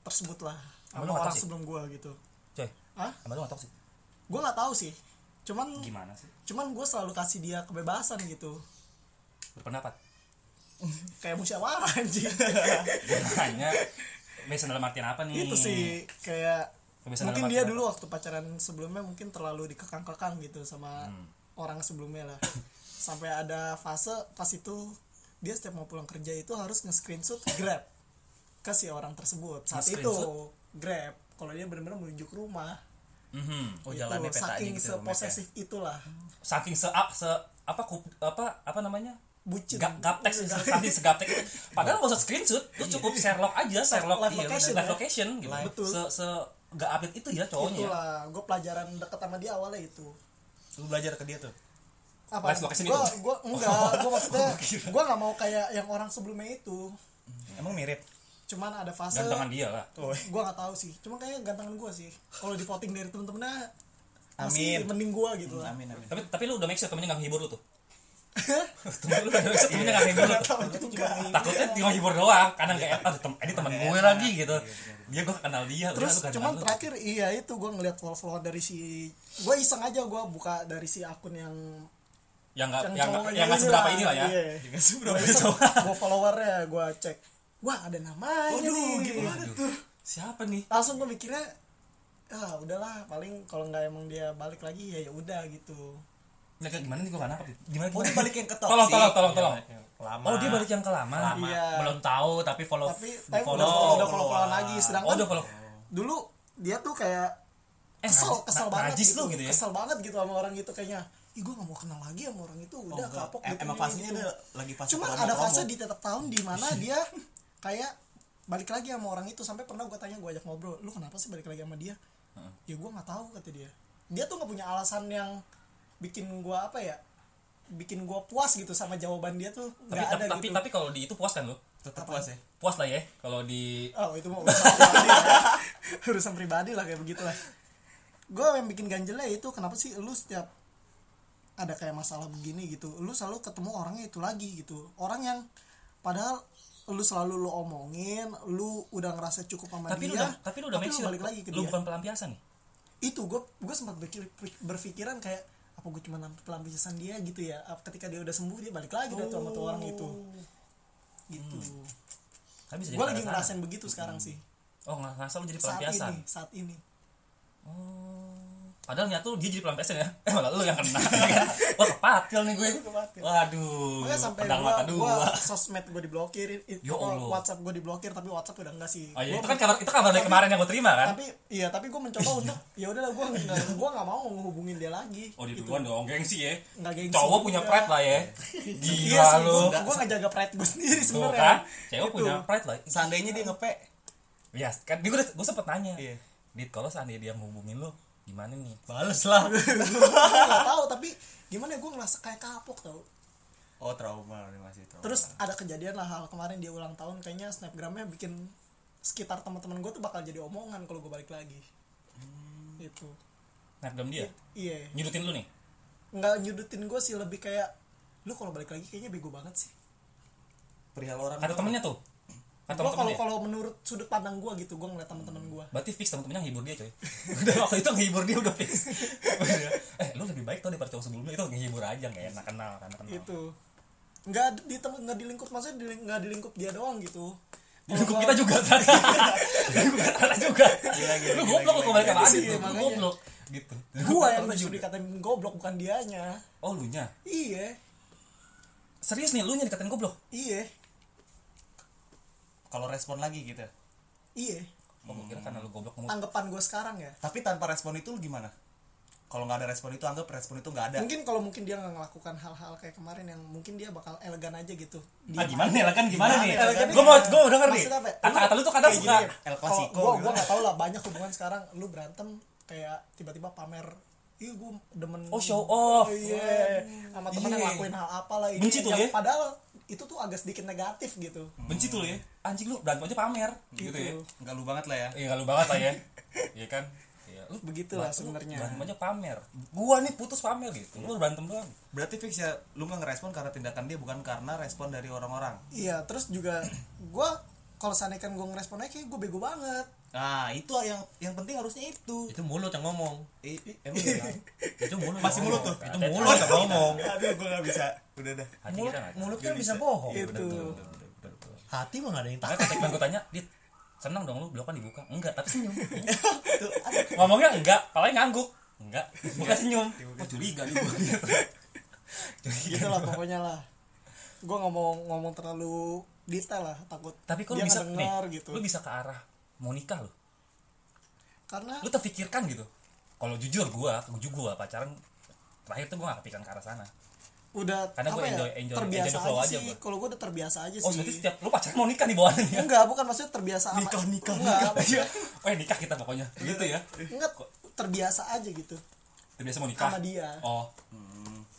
H: tersebut lah
C: Sama
H: sama
C: lu nggak
H: orang
C: toxic?
H: sebelum gue gitu
C: Coy,
H: ah
C: sama lu enggak toksik.
H: gue nggak tahu sih cuman
C: Gimana sih?
H: cuman gue selalu kasih dia kebebasan gitu
C: Berpendapat.
H: kayak musyawarah anjing
F: Hmm.
C: Hanya Biasa dalam artian apa nih?
H: itu Gitu sih kayak
C: Kebiasaan
H: mungkin
C: dalam
H: dia
C: artian
H: dulu waktu pacaran sebelumnya mungkin terlalu dikekang-kekang gitu sama
F: Hmm.
H: orang sebelumnya lah sampai ada fase pas itu dia setiap mau pulang kerja itu harus nge-screenshot grab ke si orang tersebut saat itu
C: Nge-screenshot?
H: grab kalau dia benar-benar menuju ke rumah
C: Mhm.
F: oh
H: Gitu,
F: jalannya petanya
H: saking
F: gitu
H: seposesif itulah
C: Saking se, a- se apa kup, apa apa namanya?
H: bucin
C: Gap, gaptek saking segaptek itu. Padahal nggak usah screenshot, lu cukup Sherlock aja, Sherlock
H: Iya. live
C: iya,
H: location
C: live
H: ya.
C: location gitu.
H: Live. Betul.
C: Se se nggak update itu ya cowoknya. ya.
H: itulah gue pelajaran deket sama dia awalnya itu
F: lu belajar ke dia tuh
H: apa
C: Live location
H: gue
C: itu?
H: gue
C: Oh,
H: enggak gue maksudnya gue nggak mau kayak yang orang sebelumnya itu
F: emang mirip
H: cuman ada fase
C: Gantengan dia lah.
H: gue nggak tahu sih cuma kayaknya gantengan gue sih kalau di voting dari temen-temennya
F: Amin.
H: masih mending gue gitu lah
F: amin amin
C: Tapi tapi lu udah make sure temennya nggak ngehibur lu tuh. Temen lu udah make sure
H: Iya.
C: temennya nggak ngehibur lu tuh. Takutnya dia ngehibur doang, karena nggak enak. Aduh, tem ini teman
H: Iya,
C: gue lagi gitu. Dia gue kenal dia. udah,
H: terus
C: lu gantengan
H: cuman
C: lu.
H: terakhir iya itu gue ngeliat follow follow dari si gue iseng aja gue buka dari si akun yang
C: yang nggak yang nggak
H: yang cowoknya
C: yang nggak
H: ini
C: seberapa
H: lah,
C: ini lah ya.
H: iya. gue followernya gue cek wah ada namanya nih
C: Waduh, Siapa nih?
H: langsung gue mikirnya ah udahlah paling kalau nggak emang dia balik lagi ya ya udah gitu
C: Nah, kayak gimana nih gue nggak nangkep. Gimana?
F: oh
C: gimana?
F: dia balik yang ke toxic.
C: Tolong, tolong, tolong, tolong.
B: Iya, lama
C: Oh dia balik yang ke lama.
B: lama
H: Iya.
B: belum tahu tapi follow
H: tapi
B: di
H: tapi udah
B: follow
H: follow follow lagi
C: Oh
H: sedangkan
C: udah kalau
H: dulu dia tuh kayak
C: eh
H: kesel
C: najis-
H: kesel
C: na-
H: banget
C: najis
H: gitu,
C: lu gitu ya.
H: kesel banget gitu sama orang itu kayaknya ih gue gak mau kenal lagi sama orang itu udah
F: Enggak.
H: kapok
F: Em-
H: gitu
F: emang
H: nih,
F: fasenya
H: gitu.
F: dia lagi fase
H: cuman
F: promo-
H: ada fase
F: promo.
H: di tetap tahun di mana dia kayak balik lagi sama orang itu sampai pernah gue tanya gue ajak ngobrol lu kenapa sih balik lagi sama dia ya gue nggak tahu kata dia dia tuh nggak punya alasan yang bikin gue apa ya bikin gue puas gitu sama jawaban dia tuh
C: Tapi
H: nggak
C: tapi
H: ada
C: tapi,
H: gitu
C: tapi kalau di itu puas kan lu?
F: tetap puas ya
C: Puas lah ya kalau di
H: Oh itu mau urusan pribadi ya. Urusan pribadi lah kayak begitulah Gue yang bikin ganjelnya itu kenapa sih lu setiap ada kayak masalah begini gitu Lu selalu ketemu orangnya itu lagi gitu Orang yang padahal lu selalu lu omongin Lu udah ngerasa cukup sama
C: tapi
H: dia
C: lu udah tapi lu udah make sure
H: balik lagi ke
C: lu
H: dia
C: bukan pelampiasan nih.
H: Itu gue gue sempat berpikir- berpikiran kayak Apa gue cuma namp- pelampiasan dia gitu ya Apa Ketika dia udah sembuh dia balik lagi dah tuh sama tuh orang itu Gitu
C: Kan bisa Oh. jadi
H: Gue lagi
C: pelampiasan.
H: ngerasain begitu sekarang sih
C: Oh, nggak ngerasa lu jadi
H: saat
C: pelampiasan.
H: ini saat ini
C: Oh. Padahal nyatu dia jadi pelampiasan ya. Eh, malah lu yang kena. ya kan? Wah, kepatil nih gue.
H: Kepatil.
C: Waduh.
H: Makanya sampai
C: pedang
H: gua,
C: mata
H: gua
C: dua.
H: sosmed gue diblokir, it-
C: Ya
H: apa,
C: Allah.
H: WhatsApp gue diblokir, tapi WhatsApp udah enggak sih.
C: Oh, iya.
H: Gua
C: Itu kan kabar itu kabar dari
H: tapi-
C: kemarin yang gue terima kan. Iya.
H: tapi iya tapi gue mencoba untuk ya udahlah gue nggak gue nggak mau menghubungin dia lagi
C: Oh, dia
H: Gitu.
C: duluan dong, gengsi ya.
H: Nggak gengsi
C: Cowok punya
H: juga.
C: pride lah ya.
H: iya
C: Gila
H: sih
C: lu.
H: gue gue ngejaga pride gue sendiri
C: Tuh
H: sebenarnya
C: kan, cewek
H: Gitu.
C: punya pride lah.
F: seandainya dia ngepe
C: Ya, kan gue gue sempet nanya.
F: Iya.
C: Dit, kalau seandainya dia ngehubungin lu, gimana nih?
F: bales lah
H: Gua nggak tahu tapi gimana gue ngerasa kayak kapok tau
F: oh trauma dia masih trauma
H: terus ada kejadian lah hal kemarin dia ulang tahun kayaknya snapgramnya bikin sekitar teman-teman gue tuh bakal jadi omongan kalau gue balik lagi gitu
C: Snapgram dia
H: iya
C: nyudutin lu nih.
H: nggak nyudutin gue sih lebih kayak lu kalau balik lagi kayaknya bego banget sih
F: perihal orang
C: kata
F: doang.
C: temennya tuh kata
H: gua kalau
C: temennya
H: kalau menurut sudut pandang gua gitu gua ngeliat teman-teman gua
C: berarti fix temen-temennya ngehibur dia coy udah waktu itu ngehibur dia udah fix Udah. eh lu lebih baik tau daripada cowok sebelumnya itu ngehibur aja nggak enak kenal karena kenal
H: itu gitu. nggak di tem- nggak di lingkup maksudnya di- nggak di lingkup dia doang gitu
C: Di lingkup kita juga ternyata Di lingkup kita ternyata juga lu goblok lu kembali ke Adit
H: Iya,
C: lu
H: makanya.
C: goblok gitu Di lingkup
H: gua
C: kita
H: yang
C: ternyata
H: disuruh dikatain goblok bukan dianya
C: oh lu nya
H: iya
C: serius nih lu nya dikatain goblok
H: iya
F: kalau respon lagi gitu
H: iya
C: oh gua kira karena lu goblok kamu
H: tanggapan gua sekarang ya
F: tapi tanpa respon itu lu gimana kalau nggak ada respon itu anggap respon itu nggak ada
H: mungkin kalau mungkin dia nggak melakukan hal-hal kayak kemarin yang mungkin dia bakal elegan aja gitu
C: ah
F: Hmm.
C: gimana nih kan gimana nih
F: ya,
H: Elegan gimana?
C: gua mau gua mau denger nih
H: Maksudnya apa ya?
C: kata-kata lu tuh kadang
H: Kayak
C: suka
H: gini,
F: El
H: kalau
F: Clasico
H: gua
C: kan.
H: gua
F: gitu.
H: nggak tahu lah banyak hubungan sekarang lu berantem kayak tiba-tiba pamer Iya gue demen
C: Oh, show off.
H: Iya Sama temen yang
C: Iya.
H: ngelakuin hal apalah ini
C: Benci tuh ya.
H: Yang Padahal itu tuh agak sedikit negatif gitu
C: benci tuh lu ya anjing lu berantem aja pamer gitu ya
F: nggak lu banget lah ya
C: iya kalau banget lah ya iya kan Iya, lu
H: Begitulah
C: Lu
F: Iya.
H: sebenarnya
C: berantem aja pamer gua nih putus pamer gitu lu berantem doang
F: berarti fix ya lu nggak ngerespon karena tindakan dia bukan karena respon dari orang-orang
H: Iya terus juga gua kalau seandainya kan gue ngerespon aja kayak gue bego banget
F: nah itu yang yang penting harusnya itu
G: itu mulut yang ngomong
F: Eh,
G: emang ya? itu mulut
F: Masih
G: yang
F: mulut
G: ngomong.
F: tuh?
G: itu
C: Ada-
G: mulut yang ngomong
F: aduh gue nggak bisa udah dah
C: hati
G: mulut
C: kita nggak tahu.
G: mulut kan bisa
C: Oh,
G: bohong
C: iya,
H: Gitu
G: hati mah nggak ada yang tahu
C: Makanya ketika gue tanya, Dit, senang dong lu blokan dibuka? Enggak, tapi senyum. Ngomongnya enggak, palanya ngangguk. Enggak, bukan
H: Iya.
C: senyum. Oh, curiga nih gua.
H: Gitu lah pokoknya lah Gue nggak mau ngomong terlalu detail lah takut
C: Tapi kok lu
H: dia
C: bisa
H: nggak
C: nih,
H: dengar gitu
C: lu bisa ke arah mau nikah lo.
H: Karena
C: Lu terpikirkan gitu. Kalau jujur gua, jujur gua pacaran terakhir tuh gua gak kepikiran ke arah sana.
H: udah
C: Karena
H: apa
C: gua
H: ya,
C: enjoy- enjoy-
H: terbiasa
C: enjoy the flow
H: aja,
C: aja
H: sih
C: gua.
H: kalau gue udah terbiasa aja
C: Oh,
H: sih
C: berarti setiap lu pacaran mau nikah nih bawaan ya.
H: enggak bukan maksudnya terbiasa sama-
C: Nikah, nikah,
H: enggak,
C: nikah.
H: maksudnya
C: Eh, nikah kita pokoknya. Gitu ya.
H: enggak terbiasa aja gitu
C: Terbiasa mau nikah.
H: sama dia
C: Oh,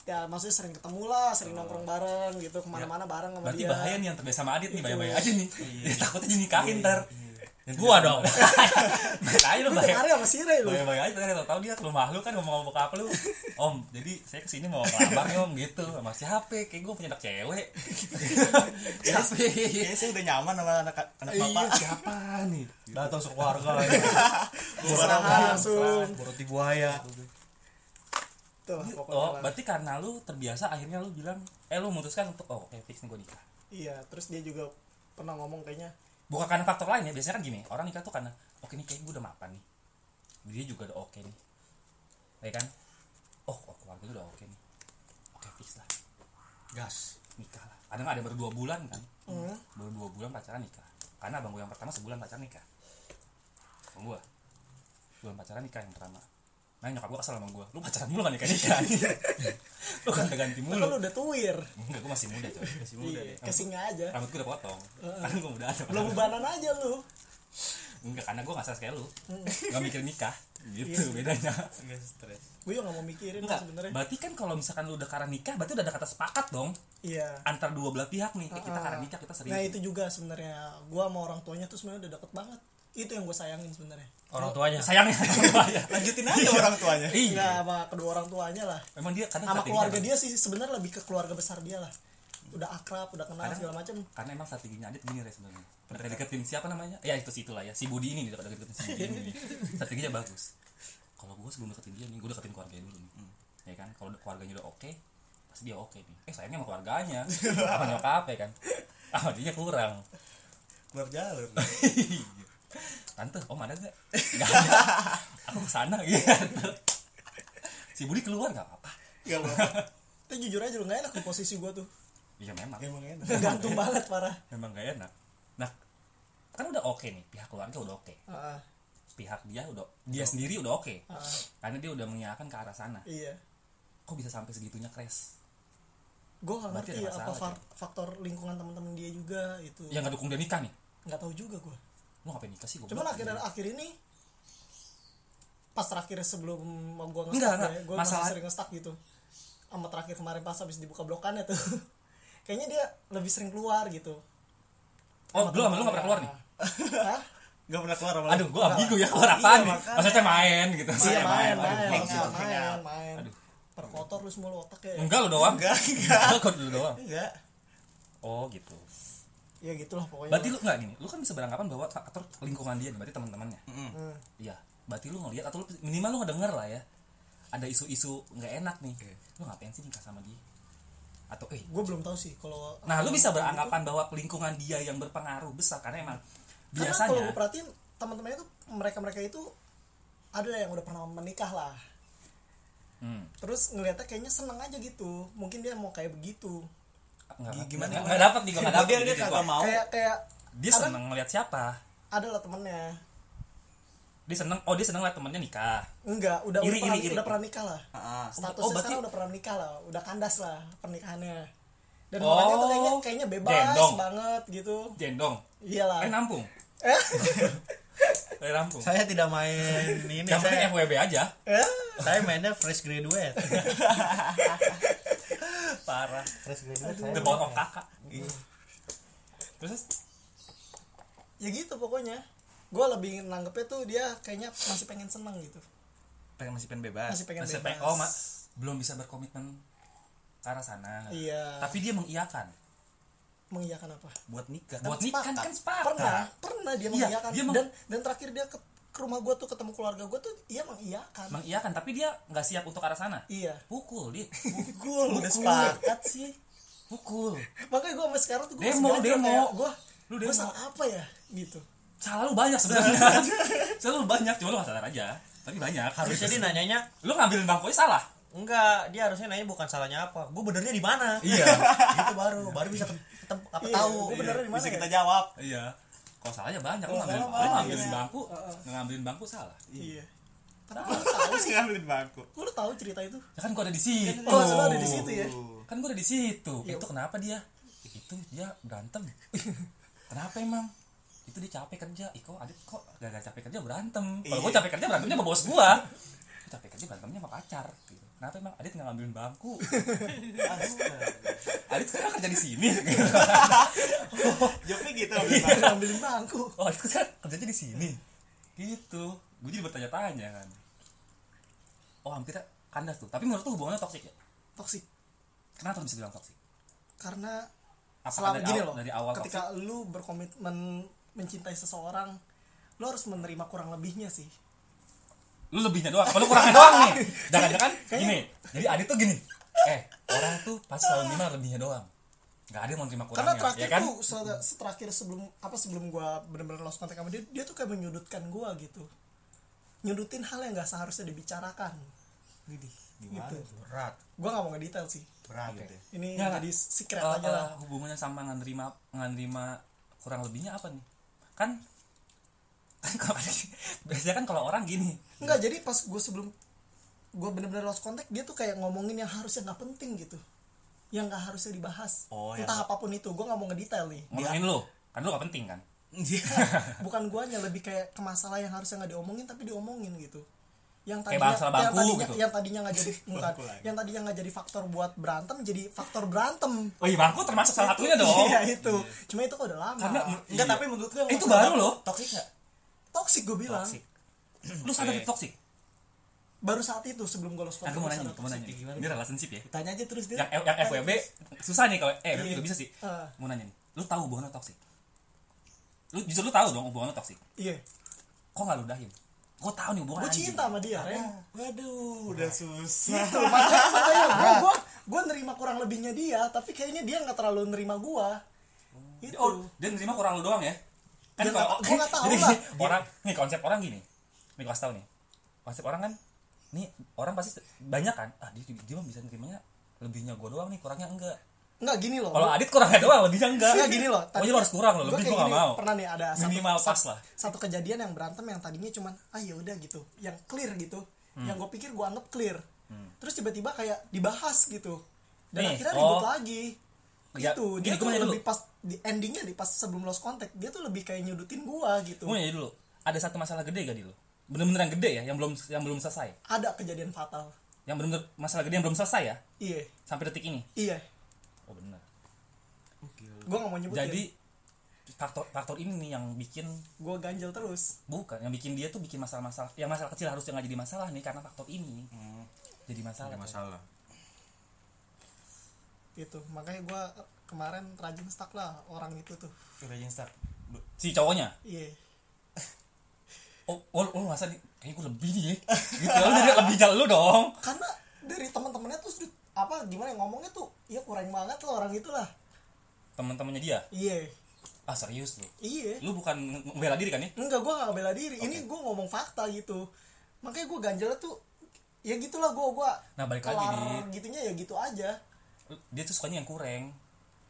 H: ya maksudnya sering ketemu lah sering nongkrong bareng gitu kemana-mana bareng
C: Ya.
H: sama
F: Iya.
C: berarti
H: dia
C: bahaya nih yang terbiasa sama Adit nih, bahaya-bahaya aja nih. Ya, takut aja nikahin
F: Iya,
C: ntar.
G: gua dong
C: Makanya lu
H: Lu
C: bahaya.
H: kemarin sama si Ray lu
C: Bayang bayang aja ternyata tahu dia ke rumah lu kan ngomong ngomong apa lu. Om, jadi saya kesini mau ngelamar nih om gitu. Sama siapa? Kayak gue punya anak cewek. siapa?
F: Iya. kayaknya saya udah nyaman sama anak anak
C: Iya,
F: bapak
C: siapa nih?
G: datang sekeluarga
H: serang langsung
G: boroti buaya
H: tuh lah, pokoknya
C: Oh,
H: lah.
C: berarti karena lu terbiasa akhirnya lu bilang, eh lu memutuskan untuk oh, oke fix nih gue nikah.
H: iya terus dia juga pernah ngomong kayaknya
C: Bukan karena faktor lain ya, biasanya kan gini, orang nikah tuh karena oke nih kayaknya gue udah mapan nih. Dia juga udah oke nih. Ya kan? Oh, oh keluarga udah oke nih. Oke fix lah,
G: gas
C: nikah lah. Kadang ada baru dua bulan kan.
H: "Hmm,
C: baru dua bulan pacaran nikah karena abang gue yang pertama sebulan pacaran nikah abang gue bulan pacaran nikah yang pertama nah nyokap gue kesel sama gue lu pacaran mulu kan nikah nikah lu ganti ganti
H: kan lu
C: mulu
H: udah tuwir
C: enggak gue masih muda coy masih muda
H: Iya, kesinga aja
C: rambut gue udah potong karena gue muda aja
H: belum ubanan aja lu
C: enggak karena gue nggak stres kayak lu
H: Hmm.
C: nggak mikir nikah
H: Iya
C: gitu bedanya
F: Nggak stres
H: gue juga nggak mau mikirin lah
C: enggak
H: sebenarnya
C: berarti kan kalau misalkan lu udah karena nikah berarti udah ada kata sepakat dong
H: iya
C: antar dua belah pihak nih eh, kita
H: Ah.
C: karena nikah kita serius
H: Nah itu juga sebenarnya gua sama orang tuanya tuh sebenarnya udah deket banget. Itu yang gue sayangin sebenarnya.
G: orang tuanya
C: sayangnya
F: lanjutin aja orang tuanya
C: iya
H: Enggak
C: Kan
H: sama kedua orang tuanya lah.
C: emang dia kadang gitu.
H: Sama
C: strateginya
H: keluarga
C: emang-
H: dia sih sebenarnya lebih ke keluarga besar dia lah. Udah akrab, udah kenal
C: Kadang-
H: segala macam.
C: karena emang strateginya Adit gini Re sebenarnya pernah deketin siapa namanya ya itu situ lah ya si Budi ini nih deketin deketin si Budi ini nih. strateginya bagus kalau gue sebelum deketin dia nih gue deketin keluarganya dulu nih
F: Hmm.
C: ya kan kalau keluarganya udah oke pasti dia oke nih eh sayangnya sama keluarganya sama nyokap ya kan ah dia kurang Iya.
F: keluar jalur
C: tante om ada gak nggak ada aku kesana gitu si Budi keluar nggak apa-apa
F: nggak apa
H: Tapi jujur aja lu nggak enak di posisi gua tuh.
C: iya memang
F: emang enak
H: Gantung banget parah.
C: memang gak enak nah kan udah oke nih pihak keluarga udah oke
H: Ah,
C: pihak dia udah dia sendiri udah oke
H: ah,
C: karena dia udah mengiyakan ke arah sana
H: iya.
C: kok bisa sampai segitunya crash
H: Gue nggak
C: Berarti ada
H: ngerti apa
C: masalah, Ya.
H: fa- faktor lingkungan teman-teman dia juga itu.
C: yang gak dukung dia nikah nih
H: Nggak tahu juga gua.
C: lu ngapain nikah sih gue
H: Cuman akhir akhir ini pas terakhir sebelum gua nge
C: Enggak,
H: ya,
C: enggak.
H: gua
C: Masalah-
H: masih sering nge gitu. Sama terakhir kemarin pas habis dibuka blokannya tuh. Kayaknya dia lebih sering keluar gitu.
C: oh lu sama lu gak pernah keluar nih
H: Hah?
F: nggak pernah keluar malah.
C: aduh gue ambigu ya keluar apaan nih
F: makanya.
C: maksudnya main gitu
H: Iya,
C: Maksudnya
H: main, main,
C: aduh,
H: main,
C: gitu.
H: main, main.
C: Aduh.
H: perkotor lu semua lu otak ya
C: enggak lu doang
F: enggak
C: enggak kok lu doang
F: enggak
C: oh gitu
H: ya gitulah pokoknya
C: berarti lu enggak gini lu kan bisa beranggapan bahwa faktor lingkungan dia berarti teman-temannya
H: Hmm.
C: iya berarti lu ngelihat atau lu, minimal lu ngedenger lah ya ada isu-isu nggak enak nih lu ngapain sih nikah sama dia atau eh
H: gue belum tahu sih kalau
C: nah lu bisa beranggapan bahwa lingkungan dia yang berpengaruh besar karena emang biasanya
H: karena kalau gue perhatiin teman-temannya tuh mereka mereka itu ada yang udah pernah menikah lah
C: Hmm.
H: terus ngeliatnya kayaknya seneng aja gitu mungkin dia mau kayak begitu
C: Nggak- nggak-
F: Gimana, gimana?
C: nggak dapet nih gua nggak dapet
F: dia
C: gitu
F: dia
C: gua.
F: kagak mau
H: kayak kayak
C: dia
H: Kadang-
C: seneng ngeliat siapa
H: ada lah temennya
C: dia seneng oh dia seneng ngeliat temennya nikah
H: enggak udah
C: Iri,
H: udah, pernah,
C: iri, iri.
H: udah pernah nikah lah
F: Ah,
H: statusnya
C: oh, berarti-
H: sekarang udah pernah nikah lah udah kandas lah pernikahannya dan
C: Oh.
H: orangnya tuh kayaknya kayaknya bebas
C: Gendong.
H: banget gitu Iya
C: gendong
H: iyalah
C: eh nampung eh nampung
D: saya tidak main ini
C: yang penting
D: saya, Eh?
C: FWB aja
D: saya mainnya fresh graduate
C: parah
D: fresh graduate saya
C: the ball of kakak terus
H: ya gitu pokoknya gue lebih nanggepnya tuh dia kayaknya masih pengen seneng gitu
F: pengen masih pengen bebas
H: masih pengen
C: masih
H: bebas
C: pengen- oh ma- belum bisa berkomitmen ke arah sana
H: iya
C: tapi dia mengiyakan
H: mengiyakan apa
F: buat nikah
C: buat nikah kan,
H: sepakat.
C: kan sepakat
H: pernah pernah dia
C: Iya,
H: mengiyakan
C: dia meng-
H: dan dan terakhir dia ke, ke rumah gue tuh ketemu keluarga gue tuh dia mengiyakan
C: mengiyakan tapi dia nggak siap untuk arah sana
H: iya
C: pukul dia
H: gue
F: udah sepakat sih
C: pukul
H: makanya gue sama sekarang tuh gue
C: Demo, demo.
H: gue
C: Lu
H: gue
C: demo.
H: salah apa ya gitu
C: salah lu banyak sebenarnya salah lu banyak cuma lu nggak sadar aja tapi banyak
G: harusnya dia nanyanya
C: lu ngambilin bangkoi salah
G: enggak dia harusnya nanya bukan salahnya apa gue benernya di mana
C: iya
G: gitu baru
F: Iya.
G: baru bisa ketemu apa
H: Iya,
G: tahu
H: gue benernya di mana
F: bisa
H: ya?
F: kita jawab
C: iya kalau salahnya banyak lu
H: Kalau
C: ngambilin,
H: salah
C: lu
H: banyak.
C: ngambilin bangku ngambilin bangku salah
H: iya tapi gue tahu
F: harus ngambilin bangku
H: gue udah tahu cerita itu
C: ya kan gua ada di situ
H: oh lu ada di situ ya
C: kan gua ada di situ
H: Iya.
C: itu kenapa dia itu dia berantem kenapa emang itu dia capek kerja Iko adit kok gara-gara capek kerja berantem kalau
H: Iya.
C: gua capek kerja berantemnya sama bos gua Gua capek kerja berantemnya sama pacar gitu. kenapa emang adit nggak ngambilin bangku adit sekarang kerja di sini
F: jawabnya gitu ambil bangku.
H: ambilin Iya, bangku
C: oh adit sekarang kerjanya di sini gitu gua jadi bertanya-tanya kan oh hampir kandas tuh tapi menurut lu hubungannya toksik ya
H: toksik
C: kenapa bisa bilang toksik
H: karena
C: Apakah
H: selama
C: dari
H: gini
C: awal,
H: loh
C: dari awal
H: ketika lu berkomitmen mencintai seseorang lu harus menerima kurang lebihnya sih
C: lu lebihnya doang, kalau kurangnya doang nih. Jangan-jangan gini. Jadi Adit tuh gini. Eh, orang tuh pasti selalu nerima lebihnya doang. Gak ada yang mau terima
H: karena
C: kurangnya,
H: terakhir
C: ya kan?
H: tuh se- seterakhir sebelum apa sebelum gua bener-bener lost kontak sama dia dia tuh kayak menyudutkan gua gitu nyudutin hal yang nggak seharusnya dibicarakan gitu
G: berat
H: gua nggak mau ngedetail sih
G: berat
F: gitu
G: ya.
H: ini
C: Nggak,
H: jadi secret
C: Iya, Eh,
H: aja lah
C: eh, hubungannya sama nggak nerima nggak nerima kurang lebihnya apa nih? Kan kan kalau biasanya kan kalau orang gini,
H: Enggak, jadi pas gue sebelum gue bener-bener lost contact dia tuh kayak ngomongin yang harusnya nggak penting gitu yang nggak harusnya dibahas
F: Oh, ya.
H: entah apapun itu gue nggak mau ngedetail nih
C: ngomongin lu. Kan lu gak penting kan?
H: bukan guanya lebih kayak ke masalah yang harusnya nggak diomongin tapi diomongin gitu yang
C: Kayak
H: tadinya
C: masalah
H: yang
C: bangku
H: tadinya
C: gitu.
H: yang tadinya nggak jadi bukan, yang tadinya nggak jadi faktor buat berantem jadi faktor berantem
C: Oh iya, bangku termasuk salah satunya dong.
H: iya itu cuma itu kok udah lama
C: Karena
F: enggak tapi menurut gue
C: Eh, itu baru loh.
F: toksik nggak
H: toxic gue bilang
F: Toxic.
C: Lu sadar itu toksik.
H: baru saat itu sebelum gue lost
C: Nah,
H: contact
C: gue mau nanya,
H: gua sadar
C: nih, gua mau nanya.
H: toxic.
C: nih. Ini relationship ya.
F: tanya aja terus dia
C: Yang yang FWB susah nih kalau eh itu bisa sih.
H: Eh.
C: Mau nanya nih. Lu tahu hubungannya toksik? Lu justru lu tahu dong hubungannya toksik.
H: iya
C: kok nggak ludahin gue tahu nih hubungan
H: gue
C: anjing.
H: cinta sama dia Ren.
F: waduh udah susah
H: gitu makanya makanya gue
C: Nah.
H: gue gue nerima kurang lebihnya dia tapi kayaknya dia nggak terlalu nerima Gitu. gue itu
C: oh dia nerima kurang lu doang ya kan
H: Dia nggak- gua nggak tahu
C: Jadi
H: lah.
C: gini, orang nih konsep orang gini nih gue tahu nih konsep orang kan nih orang pasti banyak kan ah dia dia mah bisa nerimanya lebihnya gue doang nih kurangnya enggak
H: nggak gini loh
C: kalau adit kurangnya doang lebihnya enggak
H: Nggak, Oh. gini loh
C: pokoknya lu harus kurang loh lebih
H: kayak
C: gue nggak
H: gini,
C: mau
H: pernah nih ada satu,
C: Minimal
H: sat-
C: pas lah.
H: satu kejadian yang berantem yang tadinya cuman ah ya udah gitu yang clear gitu
C: Hmm.
H: yang gue pikir gue anggap clear terus tiba-tiba kayak dibahas gitu dan
C: Nih,
H: akhirnya
C: oh.
H: ribut lagi
C: Ya,
H: gitu
C: gini,
H: dia
C: gua
H: tuh
C: mau nanya
H: lebih
C: dulu.
H: pas di endingnya di pas sebelum lost contact dia tuh lebih kayak nyudutin gua gitu
C: gue nanya dulu ada satu masalah gede gak di lu bener-bener yang gede ya yang belum yang belum selesai
H: ada kejadian fatal
C: yang bener-bener masalah gede yang belum selesai ya
H: iya
C: sampai detik ini
H: iya
C: oh bener
H: gue nggak mau nyebutin
C: jadi faktor faktor ini nih yang bikin
H: gue ganjel terus
C: Bukan, yang bikin dia tuh bikin masalah-masalah. Yang masalah kecil harusnya nggak Hmm. jadi masalah nih karena faktor ini. Jadi masalah.
D: masalah
H: itu gitu. makanya gua kemarin rajin stuck lah orang itu tuh
F: Raging Star Lu-
C: si cowoknya
H: iya
C: oh oh, lu merasa nih kayaknya gue lebih nih ya gitu lu dari lebih dari lu dong
H: karena dari teman-temannya tuh sudut- apa gimana ya, ngomongnya tuh ya kurang banget lah orang itulah
C: teman-temannya dia
H: iya
C: ah serius lu
H: iya
C: lu bukan membela diri kan ya
H: enggak gue gak bela diri ini gue ngomong fakta gitu makanya gue ganjel tuh ya gitulah gue gua
C: Nah, balik lagi,
H: kelar gitunya ya gitu aja
C: Lu- dia tuh sukanya yang kurang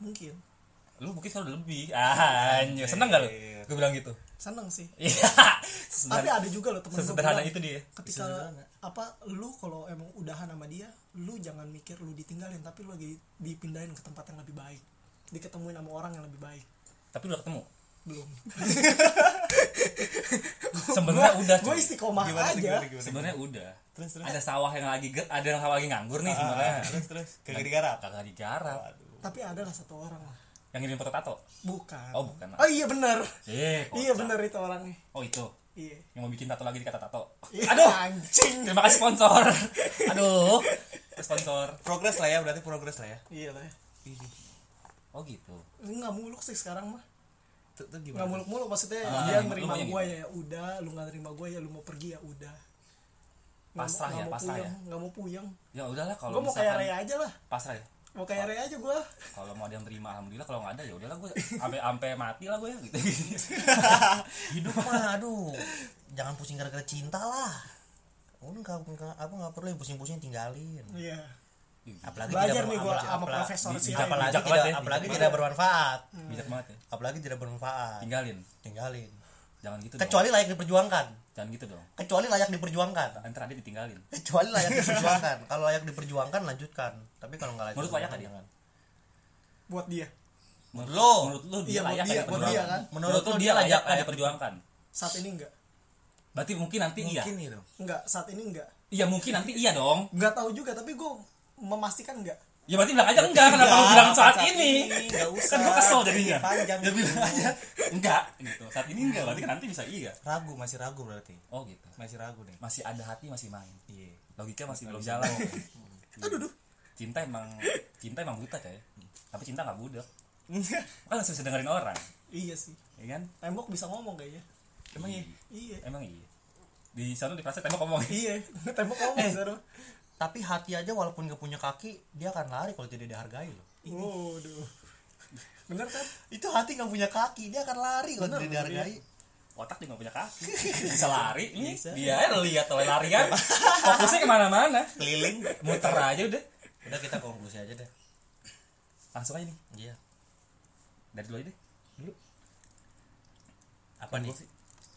H: mungkin
C: lu mungkin sekarang udah lebih ah anjir. seneng gak lu gue bilang gitu
H: seneng sih
C: iya
H: tapi
C: Sesederhana-
H: ada juga loh temen gua
C: sesederhana
H: bilang,
C: itu dia
H: ketika apa lu kalau emang udahan sama dia lu jangan mikir lu ditinggalin tapi lu lagi dipindahin ke tempat yang lebih baik diketemuin sama orang yang lebih baik
C: tapi udah ketemu
H: belum
C: sebenarnya Nah, udah
H: gue
C: cuy
H: istiqomah
F: Gimana
H: aja
F: sih, gimana, gimana?
C: sebenarnya udah
F: Terus, terus.
C: ada sawah yang lagi ge- ada yang sawah lagi nganggur nih sebenarnya
F: Ah, terus terus kagak digarap.
C: kagak digarap
H: tapi ada lah satu orang lah
C: yang ngirim foto tato
H: bukan
C: Oh, bukan.
H: oh iya benar
C: eh kocak.
H: iya benar itu orangnya
C: oh itu
H: iya
C: yang mau bikin tato lagi di kata tato
H: aduh anjing
C: terima kasih sponsor aduh sponsor
F: Progres lah ya, berarti progres lah ya.
H: iya lah ya.
C: oh gitu
H: nggak muluk sih sekarang mah
F: Tuh, tuh
H: nggak
F: gimana?
H: muluk-muluk maksudnya
C: Ah,
H: dia
C: lu
H: nerima
C: maunya
H: gue ya udah lu nggak nerima gue ya lu mau pergi ya udah Nggak mau-
C: Pasrah
H: nggak
C: ya,
H: mau
C: pasrah
H: puyeng, nggak mau puyeng
C: ya udahlah
H: gue
C: kalau
H: mau kayak
C: misalkan
H: Raya aja lah
C: pasrah ya
H: mau kayak Raya aja gue
C: kalau mau ada yang terima alhamdulillah kalau nggak ada ya udahlah gue sampai sampai mati lah gue ya gitu,
D: hidup mah aduh jangan pusing gara-gara cinta lah Udah nggak nggak- apa nggak perlu yang pusing-pusing tinggalin
H: iya
D: apalagi
H: Belajar
D: tidak
H: nih
D: ber-
H: gua
D: apa-
H: sama
D: apa-
H: profesor
D: di-
H: si
C: Ayu.
D: apalagi
C: Bijak
D: tidak
C: banget ya,
D: apalagi
C: bijak
D: tidak bermanfaat
C: bijak banget ya
D: apalagi tidak bermanfaat
C: tinggalin
D: tinggalin
C: jangan gitu dong
D: kecuali layak diperjuangkan
C: jangan gitu dong
D: kecuali layak diperjuangkan
C: ntar ada ditinggalin
D: kecuali layak diperjuangkan kalau layak diperjuangkan lanjutkan tapi kalau nggak layak
C: Menurut layak nggak dia?
D: jangan
H: buat dia
C: menurut
D: Lo.
C: menurut lu dia
H: Iya, buat
C: layak ya
H: dia, buat dia
C: diperjuangkan
H: kan.
D: Menurut
C: menurut
D: lu
C: lu
D: dia
C: dia layak
D: layak
C: ya diperjuangkan
H: saat ini enggak
C: berarti mungkin nanti iya
F: Mungkin gitu.
H: enggak saat ini enggak
C: iya mungkin nanti iya dong
H: enggak tahu juga tapi gue memastikan enggak
C: Ya berarti bilang aja enggak, kenapa lu bilang saat,
F: saat
C: ini?
F: ini, nggak usah.
C: Kan gua kesel jadinya. Dia
F: Panjang gitu.
C: bilang aja enggak gitu. Saat ini enggak, berarti kan nanti bisa iya.
F: Ragu, masih ragu berarti.
C: Oh gitu.
F: Masih ragu nih.
C: Masih ada hati masih main.
F: Iya.
C: Logika masih belum jalan. Aduh duh. Cinta emang cinta emang buta coy. Tapi cinta enggak budak. Kan harus bisa dengerin orang,
H: iya sih
C: ya kan?
H: tembok bisa ngomong kayaknya
C: Emang iya.
H: iya
C: Emang iya. Di sana di pasar tembok ngomong.
H: iya tembok ngomong
C: Eh,
H: sekarang
D: tapi hati aja walaupun nggak punya kaki dia akan lari kalau tidak dihargai loh
H: waduh bener kan
D: itu hati nggak punya kaki dia akan lari kalau tidak
C: iya.
D: dihargai
C: Otak dia nggak punya kaki. Bisa lari nih. Dia lihat larian. Fokusnya kemana-mana. Keliling. Muter aja udah.
D: udah kita konklusi aja deh
C: Langsung aja nih.
D: iya
C: Dari dulu aja deh.
D: apa nih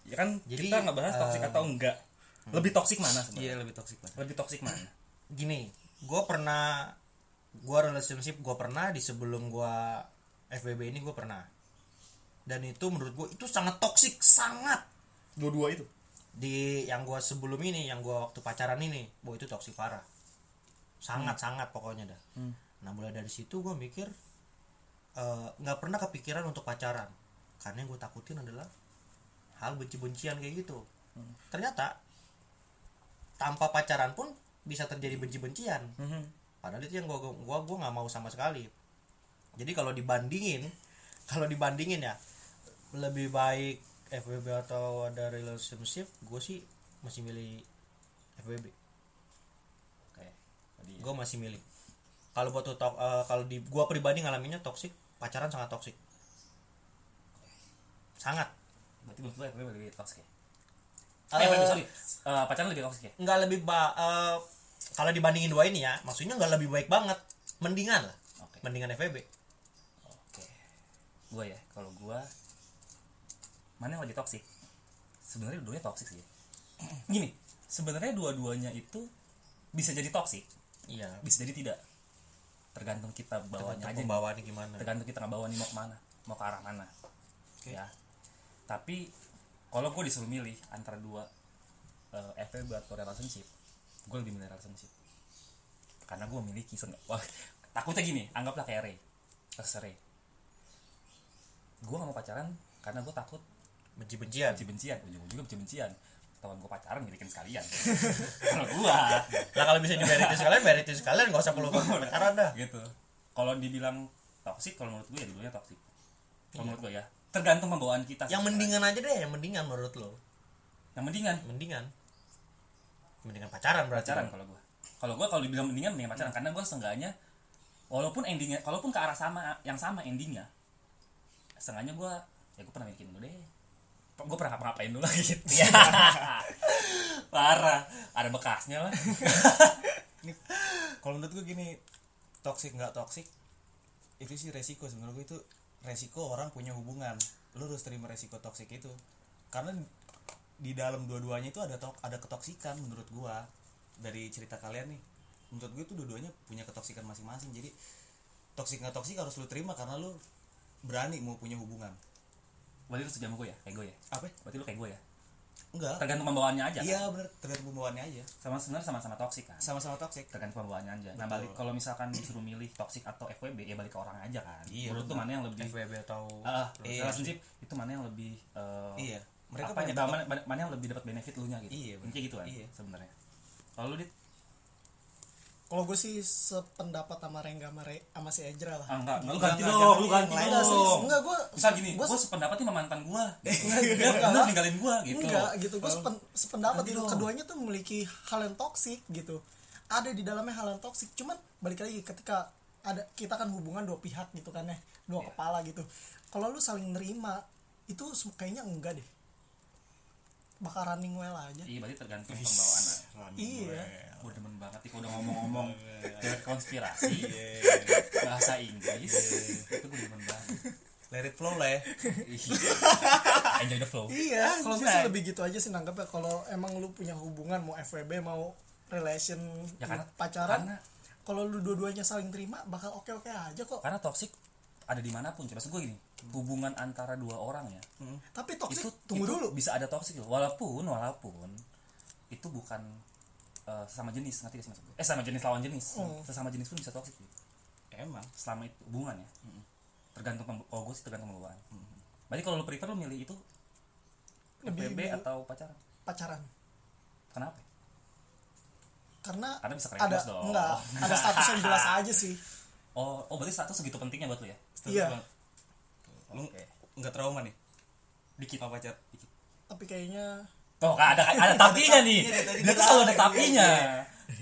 C: ya kan
D: Jadi,
C: kita ngebahas toksik
D: eh,
C: atau enggak lebih toksik mana sebenarnya
F: lebih toksik lah.
C: hmm. Iya, lebih toksik mana
D: gini gue pernah gue relationship gue pernah di sebelum gue FBB ini gue pernah dan itu menurut gue itu sangat toksik sangat
C: dua-dua itu
D: di yang gue sebelum ini yang gue waktu pacaran ini gue itu toksik parah sangat sangat pokoknya dah nah mulai dari situ gue mikir eh, nggak pernah kepikiran untuk pacaran karena yang gue takutin adalah hal benci-bencian kayak gitu ternyata tanpa pacaran pun bisa terjadi benci-bencian padahal itu yang gue gua gua nggak mau sama sekali jadi kalau dibandingin kalau dibandingin ya lebih baik FBB atau ada relationship gue sih masih milih FBB
C: kayak tadi ya.
D: gue masih milih kalau buat tuh tok- eh, kalau di gue pribadi ngalaminnya toxic pacaran sangat toxic sangat
C: berarti menurut lo FBB lebih toksik ya eh wait, sorry Eh, pacaran lebih toksik ya
D: nggak lebih ba eh, kalau dibandingin dua ini ya maksudnya nggak lebih baik banget mendingan lah
C: Oke.
D: mendingan FBB
C: oke gue ya kalau gue mana yang lebih toksik sebenarnya dua-duanya toksik sih ya. gini sebenarnya dua-duanya itu bisa jadi toksik
D: iya
C: bisa jadi tidak tergantung kita bawanya aja
D: tergantung
C: nih.
D: pembawaannya gimana
C: tergantung kita ngebawa nih mau kemana mau ke arah mana ya tapi kalau gue disuruh milih antara dua eh, FWB atau relationship gue lebih milih relationship karena gue memiliki sen- Wah, takutnya gini anggaplah kayak Ray Terus Ray gue gak mau pacaran karena gue takut
D: benci-bencian
C: benci-bencian ujung juga benci-bencian ketahuan gue pacaran milikin sekalian kalau gue
D: lah kalau bisa diberitis sekalian beritis sekalian nggak usah perlu pacaran dah
C: gitu kalau dibilang toksik kalau menurut gue ya dulunya toksik kalau menurut gue ya tergantung pembawaan kita sih.
G: yang mendingan aja deh yang mendingan menurut lo
C: yang mendingan
G: mendingan mendingan pacaran berarti
C: pacaran
F: Iya.
C: kalau gue kalau gue kalau dibilang mendingan mendingan pacaran karena gue seenggaknya walaupun endingnya kalaupun ke arah sama yang sama endingnya seenggaknya gue ya gue pernah bikin dulu deh gue pernah ngapa-ngapain dulu lah gitu
F: Iya.
C: ya parah ada bekasnya lah
F: Ini kalau menurut gue gini, toksik nggak toksik itu sih resiko sebenarnya gue itu resiko orang punya hubungan. Lu harus terima resiko toksik itu. Karena di dalam dua-duanya itu ada tok ada ketoksikan menurut gua dari cerita kalian nih. Menurut gue itu dua-duanya punya ketoksikan masing-masing. Jadi toksik nggak toksik harus lu terima karena lu berani mau punya hubungan.
C: berarti lu sejam gue ya kayak gue ya
F: Apa?
C: berarti lu kayak gue ya
F: Enggak.
C: tergantung pembawaannya aja kan?
F: Iya bener tergantung pembawaannya aja.
C: sama sebenarnya sama-sama toksik kan
F: Sama-sama toksik.
C: tergantung pembawaannya aja nah
F: Betul.
C: balik kalau misalkan disuruh milih toksik atau FWB ya balik ke orang aja kan
F: Iya,
C: menurut tuh
F: benar.
C: mana yang lebih
G: FWB atau
C: Ah,
F: Iya.
C: relationship itu mana yang lebih eh,
F: Iya. Mereka
C: apa
F: banyak
C: ya, mana, mana- mana yang lebih dapat benefit lu nya gitu
F: Iya, bener.
C: Mungkin kayak gitu kan
F: Iya.
C: sebenarnya kalau lu dit
H: kalau gue sih sependapat sama Rengga sama, Re, sama si Ezra lah
C: ah, enggak, enggak, lu
F: Enggak,
C: ganti
F: enggak,
C: dong
F: jangan
C: lu
F: yang
C: ganti
F: lain.
H: Enggak, serius.
C: dong
H: enggak gue
C: misal gini
H: gue
C: gue sependapat nih sama mantan gua dia
H: enggak,
C: bener
H: enggak.
C: ninggalin gua gitu
H: enggak gitu gue sependapat
C: Ganti
H: itu
C: dong.
H: keduanya tuh memiliki hal yang toksik gitu ada di dalamnya hal yang toksik cuman balik lagi ketika ada kita kan hubungan dua pihak gitu kan ya dua
C: Iya.
H: kepala gitu kalau lu saling nerima itu se- kayaknya enggak deh bakal running well aja
C: iya berarti tergantung pembawaan aja.
H: iya
C: gua demen banget tipe udah ngomong-ngomong
F: Iya.
C: teori konspirasi bahasa Inggris itu gua demen banget
F: Iya.
C: Iya.
F: Let it flow lah ya.
C: enjoy the flow
H: iya kalau gue sih lebih gitu aja sih nanggapnya kalau emang lu punya hubungan mau FWB mau relation
C: Ya, karena-
H: pacaran
C: karena-
H: kalau lu dua-duanya saling terima bakal oke-oke aja kok
C: karena toksik ada dimanapun coba gue gini
F: Hmm.
C: hubungan antara dua orang ya
H: tapi toksik
C: itu
H: tunggu
C: itu
H: dulu
C: bisa ada toksik loh walaupun walaupun itu bukan eh, sesama jenis nanti sih maksud gue eh sama jenis lawan jenis
H: Hmm.
C: sesama jenis pun bisa toksik gitu.
F: Oh. Emang.
C: selama itu hubungan ya tergantung pemb- kalau gue sih tergantung pembawaan berarti kalau lu prefer lu milih itu BB
H: Lebih- lebih-
C: atau pacaran
H: pacaran
C: kenapa ya?
H: karena
C: Karena bisa keren
H: ada
C: terus dong.
H: enggak ada status yang jelas aja sih
C: oh oh berarti status segitu pentingnya buat lu ya Status
H: Iya.
C: banget.
F: Lu nggak trauma nih?
C: dikit
F: Sama pacar? Dikit.
H: tapi kayaknya
C: tuh ada ada tapinya nih
F: Iya, dari tadi
C: dia
F: dia
C: tuh selalu ada
F: tahu,
C: tapinya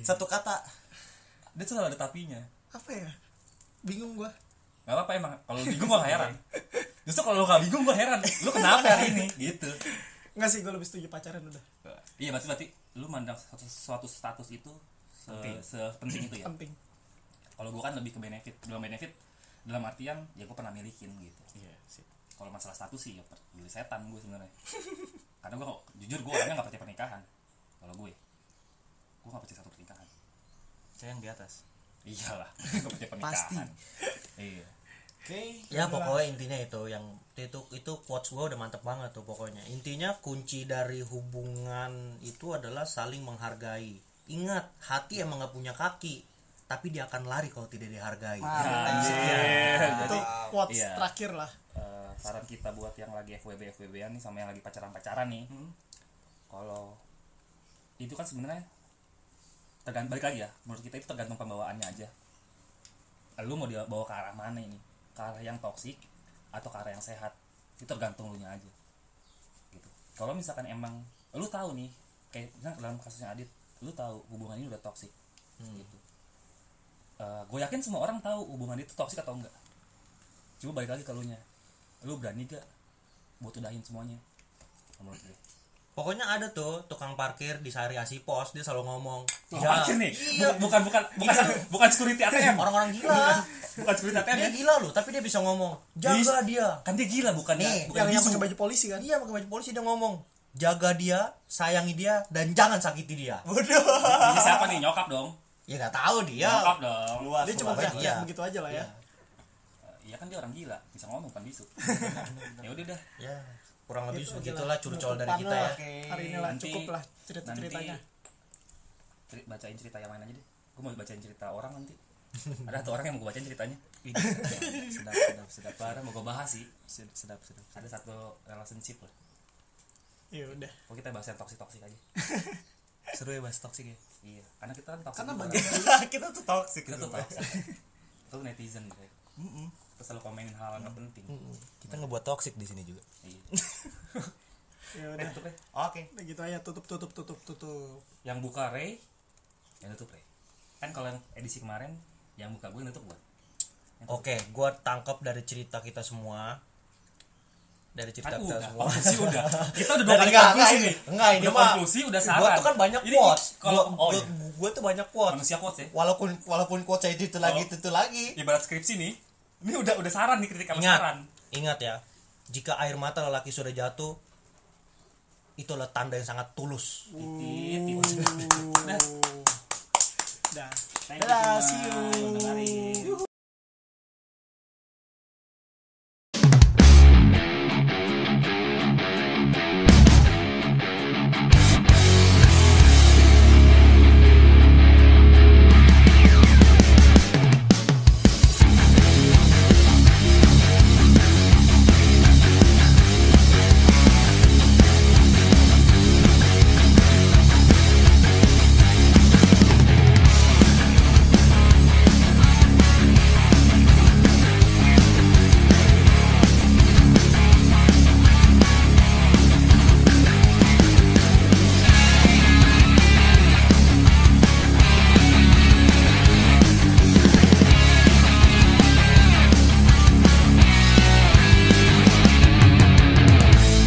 F: Satu kata.
C: dia tuh selalu ada tapinya
H: apa ya bingung gua
C: Gak apa-apa emang, kalau lu bingung gua gak heran Justru kalau lu gak bingung gua heran, lu kenapa hari ini? Gitu
H: nggak sih gua lebih setuju pacaran udah
C: Iya berarti, berarti lu mandang suatu, suatu status itu se sepenting itu ya
H: penting
C: Kalau gua kan lebih ke benefit, dalam benefit dalam artian ya gua pernah milikin gitu
F: Iya sih.
C: Kalau masalah status sih ya per- beli setan gua sebenarnya Karena gua kok- jujur gua orangnya gak percaya pernikahan Kalau gue, gua gak percaya satu pernikahan
F: Saya yang di atas.
C: Iyalah, gua percaya pernikahan Iya
F: Oke.
G: ya pokoknya intinya itu yang itu itu quotes gue udah mantep banget tuh pokoknya intinya kunci dari hubungan itu adalah saling menghargai ingat hati emang nggak punya kaki tapi dia akan lari kalau tidak dihargai
H: itu quotes
C: iya.
H: terakhir lah
C: eh, saran kita buat yang lagi FWB FWB-an nih sama yang lagi pacaran-pacaran nih. Kalau itu kan sebenarnya tergantung balik lagi ya. Menurut kita itu tergantung pembawaannya aja. Lu mau dibawa ke arah mana ini? Ke arah yang toksik atau ke arah yang sehat? Itu tergantung lu nya aja. Gitu. Kalau misalkan emang lu tahu nih kayak misalnya dalam kasusnya Adit, lu tahu hubungan ini udah toksik. Gitu. gue yakin semua orang tahu hubungan itu toksik atau enggak cuma balik lagi ke lu nya lu berani gak buat udahin semuanya menurut gue
G: pokoknya ada tuh tukang parkir di Sari Asi Pos dia selalu ngomong
C: ya,
G: "Ya,
C: nih bukan bukan bukan bukan security ATM
G: orang-orang gila
C: bukan security ATM
G: dia gila loh tapi dia bisa ngomong jaga dia
C: kan dia gila bukan
G: Nih,
C: bukan Iya,
H: yang yang
C: bisu.
H: pakai baju polisi kan
G: dia
D: Iya,
G: pakai baju polisi dia ngomong jaga dia sayangi dia dan jangan sakiti dia
C: Jadi siapa nih nyokap dong
G: ya nggak tahu dia
C: nyokap dong
F: Luas.
H: dia cuma
F: luas.
G: Iya.
H: teriak begitu aja lah ya
C: iya kan dia orang gila bisa ngomong bukan bisu ya udah dah
G: ya kurang lebih
H: Gitu
G: begitulah
H: aja lah.
G: curcol dari
H: Penutupan
G: kita ya
H: lah. hari ini
F: Iya,
H: lah
C: Iya, Nanti-
H: cukup lah cerita ceritanya
C: nanti ceri- bacain cerita yang lain aja deh gue mau bacain cerita orang nanti ada satu orang yang mau gue bacain ceritanya
F: Ih, sedap, sedap, sedap,
C: barang mau gue bahas sih
F: sedap, sedap, sedap.
C: ada satu relationship lah
H: ya udah
C: kok kita bahas yang toksik toksik aja
F: Seru ya bahas toksik ya.
C: iya karena kita kan toksik
H: karena
C: juga.
H: bagi
F: kita tuh toksik.
C: kita tuh toksik lu netizen gitu ya. terus selalu komenin hal yang nggak penting
I: Kita ngebuat toxic di sini juga.
C: Iya.
H: ya
C: Eh,
H: udah
C: tutup ya.
I: Oke.
H: udah gitu aja tutup tutup tutup tutup
C: yang buka Ray yang tutup Ray kan kalau yang edisi kemarin yang buka gue yang tutup gue
D: Oke, gua tangkap dari cerita kita semua. Dari
C: kan
D: cerita kita
C: udah
D: semua.
C: konklusi udah kita udah dua
D: Dari
C: kali
D: enggak,
C: konklusi
D: enggak,
C: nih
D: enggak, ini
C: udah
D: mah-
C: konklusi udah saran
D: Gua tuh kan banyak
C: Ini
D: quotes.
C: kalau
D: Gua-
C: oh
D: gua-
C: iya.
D: gua tuh banyak quotes.
C: manusia quotes ya
I: Walaupun walaupun quotes itu
C: Oh.
I: lagi itu lagi.
C: ibarat skripsi nih ini udah udah saran nih kritik sama saran
D: Ingat, ingat ya. Jika air mata lelaki sudah jatuh, itulah tanda yang sangat tulus.
C: titit titit udah
H: dah
C: Thank you
H: dadah
C: semua.
H: see you